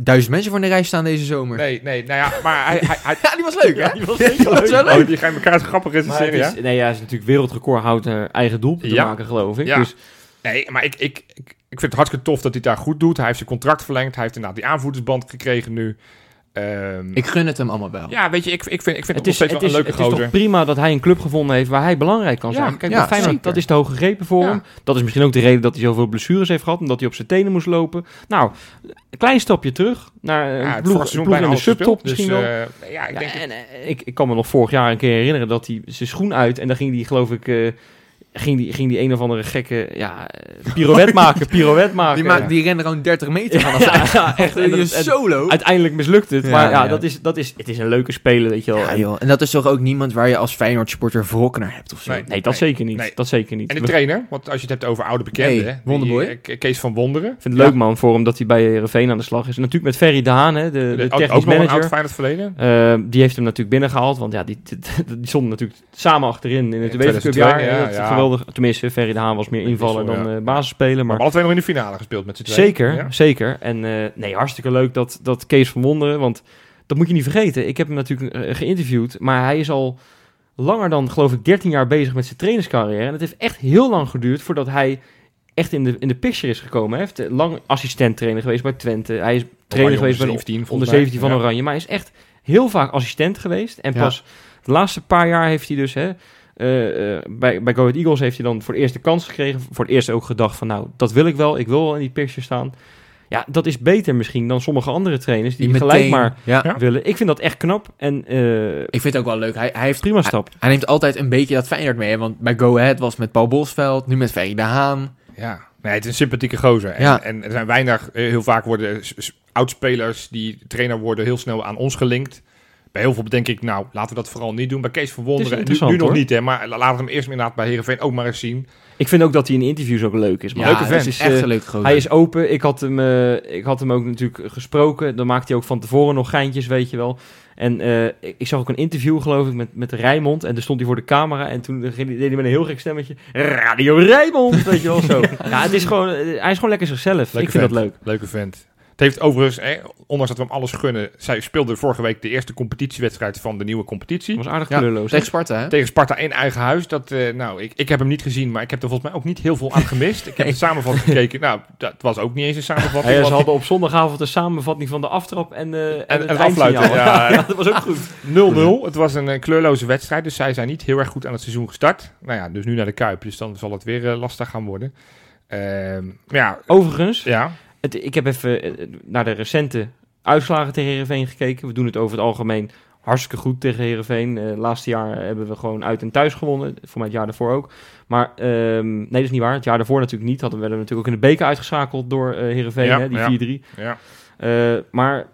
Speaker 3: duizend mensen voor in de rij staan deze zomer.
Speaker 2: Nee, nee, nou ja. Maar hij... hij, hij
Speaker 3: Ja, die was leuk, hè?
Speaker 4: die was zeker
Speaker 3: Dat is wel
Speaker 4: leuk.
Speaker 3: leuk.
Speaker 2: oh, die gaan elkaar zo grappig
Speaker 4: Maar het
Speaker 2: recenseren, ja?
Speaker 4: is, nee, ja, hij is natuurlijk wereldrecordhouder eigen doelpunt te
Speaker 2: Ja.
Speaker 4: maken, geloof ik.
Speaker 2: Ja.
Speaker 4: Dus
Speaker 2: Nee, maar ik, ik, ik, ik vind het hartstikke tof dat hij het daar goed doet. Hij heeft zijn contract verlengd. Hij heeft inderdaad die aanvoerdersband gekregen nu. Ehm,
Speaker 3: Ik gun het hem allemaal wel.
Speaker 2: ja, weet je, ik, ik vind, ik vind het,
Speaker 4: Het
Speaker 2: nog
Speaker 4: is,
Speaker 2: steeds
Speaker 4: het,
Speaker 2: wel
Speaker 4: is,
Speaker 2: een leuke
Speaker 4: het is
Speaker 2: gozer.
Speaker 4: toch prima dat hij een club gevonden heeft waar hij belangrijk kan
Speaker 2: Ja,
Speaker 4: zijn. Kijk,
Speaker 3: ja,
Speaker 4: bij Feyenoord,
Speaker 3: zeker.
Speaker 4: dat is te hoog gegrepen voor
Speaker 2: Ja.
Speaker 4: hem. Dat is misschien ook de reden dat hij zoveel blessures heeft gehad. Omdat hij op zijn tenen moest lopen. Nou, een klein stapje terug naar eh, een
Speaker 2: Ja, het
Speaker 4: ploeg,
Speaker 2: vorige seizoen
Speaker 4: ploeg
Speaker 2: bijna
Speaker 4: in
Speaker 2: alles
Speaker 4: de subtop
Speaker 2: gespeeld.
Speaker 4: misschien
Speaker 2: dus,
Speaker 4: wel.
Speaker 2: eh, ja, ik
Speaker 4: Ja,
Speaker 2: denk...
Speaker 4: en, eh, ik, ik kan me nog vorig jaar een keer herinneren dat hij zijn schoen uit... en dan ging hij geloof ik... eh, ging, die, ging die een of andere gekke ja, eh, pirouette maken. Pirouette maken.
Speaker 3: Die, maakt, die rennen gewoon 30 meter van
Speaker 4: Ja,
Speaker 3: elkaar.
Speaker 4: ja, echt. En
Speaker 3: Die
Speaker 4: dat-
Speaker 3: is
Speaker 4: en
Speaker 3: solo.
Speaker 4: uiteindelijk mislukt het.
Speaker 3: Ja,
Speaker 4: maar ja,
Speaker 3: ja.
Speaker 4: Dat is, dat is, het is een leuke speler, weet je wel.
Speaker 3: Ja,
Speaker 4: En-
Speaker 3: joh. En dat is toch ook niemand waar je als Feyenoord supporter wrok naar hebt of zo?
Speaker 2: Nee.
Speaker 4: Nee, dat zeker niet.
Speaker 2: nee.
Speaker 4: Dat zeker niet.
Speaker 2: En de
Speaker 4: We-
Speaker 2: trainer, want als je het hebt over oude bekenden...
Speaker 3: Hey,
Speaker 2: hè,
Speaker 3: Wonderboy.
Speaker 2: die, eh, Kees van Wonderen.
Speaker 4: Ik vind het leuk, man, voor hem dat hij bij Heerenveen aan de slag is. En natuurlijk met Ferry de Haan, hè, de, de
Speaker 2: ook,
Speaker 4: technisch
Speaker 2: ook nog een
Speaker 4: manager.
Speaker 2: oud Feyenoord verleden.
Speaker 4: Eh, die heeft hem natuurlijk binnengehaald. Want ja, die, die, die stonden natuurlijk samen achterin in het
Speaker 2: In
Speaker 4: UEFA Cupjaar.
Speaker 2: 2002, ja,
Speaker 4: Dat
Speaker 2: ja.
Speaker 4: Geweldig. Tenminste, Ferry de Haan was meer invaller
Speaker 2: zo,
Speaker 4: dan
Speaker 2: ja.
Speaker 4: eh, basisspeler.
Speaker 2: Maar
Speaker 4: Maar
Speaker 2: alle twee nog in de finale gespeeld met z'n tweeën.
Speaker 4: zeker,
Speaker 2: Ja.
Speaker 4: zeker. En eh, nee, hartstikke leuk dat, dat Kees van Wonderen. Want dat moet je niet vergeten. Ik heb hem natuurlijk eh, geïnterviewd. Maar hij is al langer dan, geloof ik, 13 jaar bezig met zijn trainerscarrière. En het heeft echt heel lang geduurd voordat hij echt in de, in de picture is gekomen. Hij heeft eh, lang assistent-trainer geweest bij Twente. Hij is trainer
Speaker 2: Oranje
Speaker 4: geweest bij de
Speaker 2: 17, volgens
Speaker 4: onder
Speaker 2: mij.
Speaker 4: 17 van
Speaker 2: Ja.
Speaker 4: Oranje. Maar hij is echt heel vaak assistent geweest. En
Speaker 3: Ja.
Speaker 4: pas de laatste paar jaar heeft hij dus... Hè, eh, eh, bij, bij Go Ahead Eagles heeft hij dan voor het eerst de kans gekregen. Voor het eerst ook gedacht van... Nou, dat wil ik wel. Ik wil wel in die picture staan. Ja, dat is beter misschien dan sommige andere trainers... die, gelijk maar
Speaker 3: Ja.
Speaker 2: Ja.
Speaker 4: willen. Ik vind dat echt knap. En eh,
Speaker 3: Ik vind het ook wel leuk. Hij, hij, heeft,
Speaker 4: prima stap.
Speaker 3: hij neemt altijd een beetje dat Feyenoord mee. hè. Want bij Go Ahead was het met Paul Bosveld, nu met Ferry de Haan.
Speaker 2: Ja. Nee, het is een sympathieke gozer. En,
Speaker 3: Ja.
Speaker 2: en er zijn weinig, eh, heel vaak worden s- s- oudspelers die trainer worden heel snel aan ons gelinkt. Bij heel veel denk ik, nou, laten we dat vooral niet doen. Bij Kees van
Speaker 4: Het is
Speaker 2: Wonderen, nu,
Speaker 4: interessant,
Speaker 2: nu nog
Speaker 4: hoor.
Speaker 2: niet, hè, maar la- laten we hem eerst inderdaad bij Heerenveen ook maar eens zien.
Speaker 4: Ik vind ook dat hij in interviews ook leuk is. Maar
Speaker 2: leuke
Speaker 3: dat
Speaker 2: vent.
Speaker 3: is
Speaker 4: Eh,
Speaker 3: echt een leuke gozer.
Speaker 4: Hij is open. Ik had, hem, eh, ik had hem ook natuurlijk gesproken. Dan maakte hij ook van tevoren nog geintjes, weet je wel. En eh, ik, ik zag ook een interview, geloof ik, met, met Rijmond. En daar stond hij voor de camera. En toen ging hij- deed hij met een heel gek stemmetje... Radio Rijmond, weet je wel, zo. Ja, het is gewoon, eh, hij is gewoon lekker zichzelf. ik vind
Speaker 2: vent.
Speaker 4: dat leuk.
Speaker 2: Leuke vent. Het heeft overigens, hè, ondanks dat we hem alles gunnen, zij speelde vorige week de eerste competitiewedstrijd van de nieuwe competitie.
Speaker 4: Het was aardig
Speaker 3: Ja,
Speaker 4: kleurloos. hè?
Speaker 3: Tegen Sparta, hè?
Speaker 2: Tegen Sparta in eigen huis. Dat, eh, nou, ik, ik heb hem niet gezien, maar ik heb er volgens mij ook niet heel veel aan gemist. Ik heb de samenvatting gekeken. Nou, dat was ook niet eens een samenvatting.
Speaker 4: Hij, ze
Speaker 2: want
Speaker 4: hadden op zondagavond de samenvatting van de aftrap en, eh, en,
Speaker 2: en het
Speaker 4: eindsignaal.
Speaker 2: afluiten, ja.
Speaker 4: ja, dat was ook goed.
Speaker 2: 0-0. Het was een eh, kleurloze wedstrijd, dus zij zijn niet heel erg goed aan het seizoen gestart. Nou ja, dus nu naar de Kuip, dus dan zal het weer eh, lastig gaan worden. Ehm, maar ja,
Speaker 4: Overigens,
Speaker 2: ja,
Speaker 4: Het, ik heb even eh, naar de recente uitslagen tegen Herenveen gekeken. We doen het over het algemeen hartstikke goed tegen Herenveen. Eh laatste jaar hebben we gewoon uit en thuis gewonnen. Voor mij het jaar daarvoor ook. Maar ehm, nee, dat is niet waar. Het jaar daarvoor natuurlijk niet. Hadden we werden we natuurlijk ook in de beker uitgeschakeld door eh Herenveen,
Speaker 2: Ja,
Speaker 4: hè, die
Speaker 2: ja.
Speaker 4: 4-3.
Speaker 2: ja.
Speaker 4: Eh, maar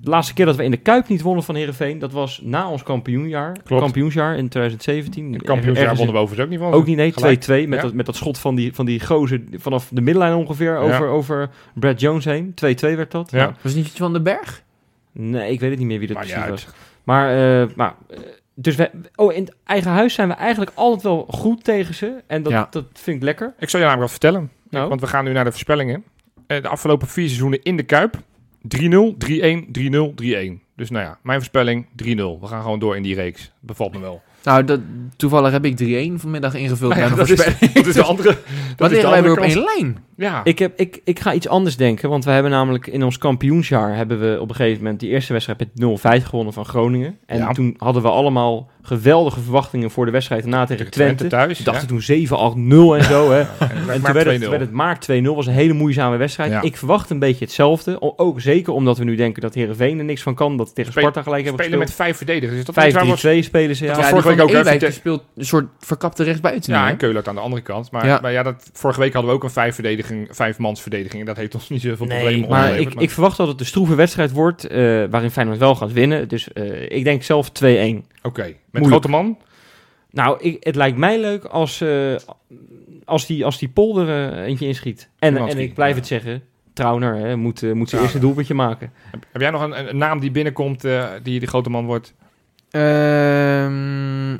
Speaker 4: de laatste keer dat we in de Kuip niet wonnen van Herenveen, dat was na ons kampioenjaar.
Speaker 2: Klopt.
Speaker 4: Kampioensjaar in 2017.
Speaker 2: Het kampioensjaar
Speaker 4: Ergens in-
Speaker 2: wonnen we overigens ook niet van.
Speaker 4: ook niet, nee. 2-2
Speaker 2: Oh, Gelijk.
Speaker 4: met,
Speaker 2: Ja.
Speaker 4: dat, met dat schot van die, van die gozer vanaf de middenlijn ongeveer over, over Brad Jones heen. 2-2 werd dat.
Speaker 2: Ja.
Speaker 4: Nou,
Speaker 3: Was het niet iets van den Berg?
Speaker 4: nee, ik weet het niet meer wie dat
Speaker 2: Maakt niet
Speaker 4: precies
Speaker 2: uit.
Speaker 4: was. Maar, eh, maar eh, dus we, oh, in het eigen huis zijn we eigenlijk altijd wel goed tegen ze. En dat,
Speaker 3: Ja.
Speaker 4: dat vind ik lekker.
Speaker 2: Ik zal je namelijk wat vertellen,
Speaker 4: Nou,
Speaker 2: want we gaan nu naar de voorspellingen. Eh, de afgelopen vier seizoenen in de Kuip. 3-0, 3-1, 3-0, 3-1. Dus nou ja, mijn voorspelling 3-0. We gaan gewoon door in die reeks. Bevalt me wel.
Speaker 3: Nou, dat, toevallig heb ik 3-1 vanmiddag ingevuld bij mijn
Speaker 2: Ah dat, is,
Speaker 3: voorspelling.
Speaker 2: dat is de andere. dat
Speaker 3: Wat
Speaker 2: is de
Speaker 3: liggen wij weer op
Speaker 2: andere
Speaker 3: één
Speaker 2: kant.
Speaker 3: lijn?
Speaker 2: Ja,
Speaker 4: ik, heb, ik, ik ga iets anders denken. Want we hebben namelijk in ons kampioensjaar hebben we op een gegeven moment die eerste wedstrijd met 0-5 gewonnen van Groningen. En
Speaker 2: Ja.
Speaker 4: toen hadden we allemaal geweldige verwachtingen voor de wedstrijd daarna tegen Twente.
Speaker 2: thuis.
Speaker 4: Ik dacht
Speaker 2: ja.
Speaker 4: toen 7-8-0 en zo. Hè.
Speaker 2: En
Speaker 4: En
Speaker 2: maar
Speaker 4: toen werd, het,
Speaker 2: 2-0.
Speaker 4: werd het maar 2-0. was een hele moeizame wedstrijd.
Speaker 2: Ja.
Speaker 4: Ik verwacht een beetje hetzelfde. O- Ook zeker omdat we nu denken dat Herenveen er niks van kan. Dat we tegen
Speaker 2: Spe-
Speaker 4: Sparta gelijk hebben
Speaker 2: Spelen met
Speaker 4: gespeeld.
Speaker 2: vijf verdedigers. Is dat iets waar we-
Speaker 4: 5-3-2 spelen ze.
Speaker 2: dat
Speaker 4: Ja.
Speaker 2: was
Speaker 3: Ja,
Speaker 2: vorige
Speaker 3: die van
Speaker 2: week ook, hè,
Speaker 3: Ewijk, die
Speaker 2: Vitesse.
Speaker 3: speelt een soort verkapte rechtsbuiten.
Speaker 2: Ja,
Speaker 3: hè?
Speaker 2: en Keulen aan de andere kant. Maar ja,
Speaker 3: Ja.
Speaker 2: maar ja dat, vorige week hadden we ook een vijf verdediging, vijfmans verdediging. En dat heeft ons niet zoveel problemen
Speaker 4: maar
Speaker 2: opgeleverd,
Speaker 4: ik, ik verwacht dat het een stroeve wedstrijd wordt. eh, waarin Feyenoord wel gaat winnen. Dus eh, ik denk zelf 2-1.
Speaker 2: Oké, met
Speaker 4: Moeilijk.
Speaker 2: grote man.
Speaker 4: Nou, ik, het lijkt mij leuk als, eh, als, die, als die polder eh, eentje inschiet. En, en
Speaker 2: Szymanski,
Speaker 4: ik blijf
Speaker 2: ja.
Speaker 4: het zeggen. Trauner hè, moet, eh, moet zijn
Speaker 2: Ja.
Speaker 4: eerste doelpuntje maken.
Speaker 2: Heb, heb jij nog een, een naam die binnenkomt eh, die de grote man wordt?
Speaker 3: Ehm,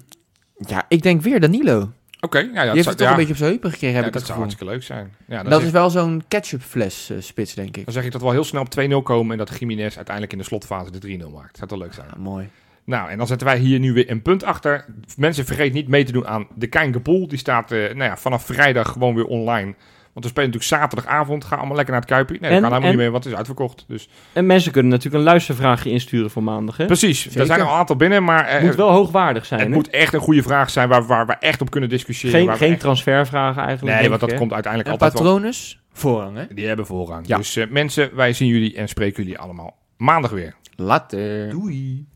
Speaker 3: ja, ik denk weer Danilo.
Speaker 2: Oké, ja,
Speaker 3: die
Speaker 2: dat,
Speaker 3: heeft
Speaker 2: zou,
Speaker 3: het toch
Speaker 2: ja,
Speaker 3: een beetje op zijn heupen gekregen,
Speaker 2: ja,
Speaker 3: heb ik
Speaker 2: dat
Speaker 3: het
Speaker 2: zou
Speaker 3: gevoel.
Speaker 2: hartstikke leuk zijn. Ja, dan,
Speaker 3: Dat
Speaker 2: zeg,
Speaker 3: is wel zo'n ketchupfles eh, spits, denk ik.
Speaker 2: dan zeg ik dat we al heel snel op 2-0 komen en dat Jiménez uiteindelijk in de slotfase de 3-0 maakt. Zou toch leuk zijn?
Speaker 3: Ah, mooi.
Speaker 2: Nou, en dan zetten wij hier nu weer een punt achter. Mensen, vergeet niet mee te doen aan de Kijngepool. Die staat eh, nou ja, vanaf vrijdag gewoon weer online. Want we spelen natuurlijk zaterdagavond. Ga allemaal lekker naar het Kuipje. Nee, dat
Speaker 4: En-
Speaker 2: kan helemaal
Speaker 4: en-
Speaker 2: niet meer, want het is uitverkocht. Dus.
Speaker 4: En mensen kunnen natuurlijk een luistervraagje insturen voor maandag. Hè?
Speaker 2: Precies, er zijn al een aantal binnen, maar eh,
Speaker 4: Het moet wel hoogwaardig zijn.
Speaker 2: het
Speaker 4: hè?
Speaker 2: moet echt een goede vraag zijn waar, waar we echt op kunnen discussiëren.
Speaker 4: Geen,
Speaker 2: waar we
Speaker 4: geen
Speaker 2: echt-
Speaker 4: transfervragen eigenlijk.
Speaker 2: Nee, want
Speaker 4: denk ik,
Speaker 2: dat
Speaker 4: hè?
Speaker 2: komt uiteindelijk
Speaker 3: En
Speaker 2: altijd wel. Dus, eh,
Speaker 3: patronus? Voorrang, hè?
Speaker 2: Die hebben voorrang.
Speaker 3: Ja.
Speaker 2: Dus eh, mensen, wij zien jullie en spreken jullie allemaal maandag weer.
Speaker 3: Later.
Speaker 4: Doei.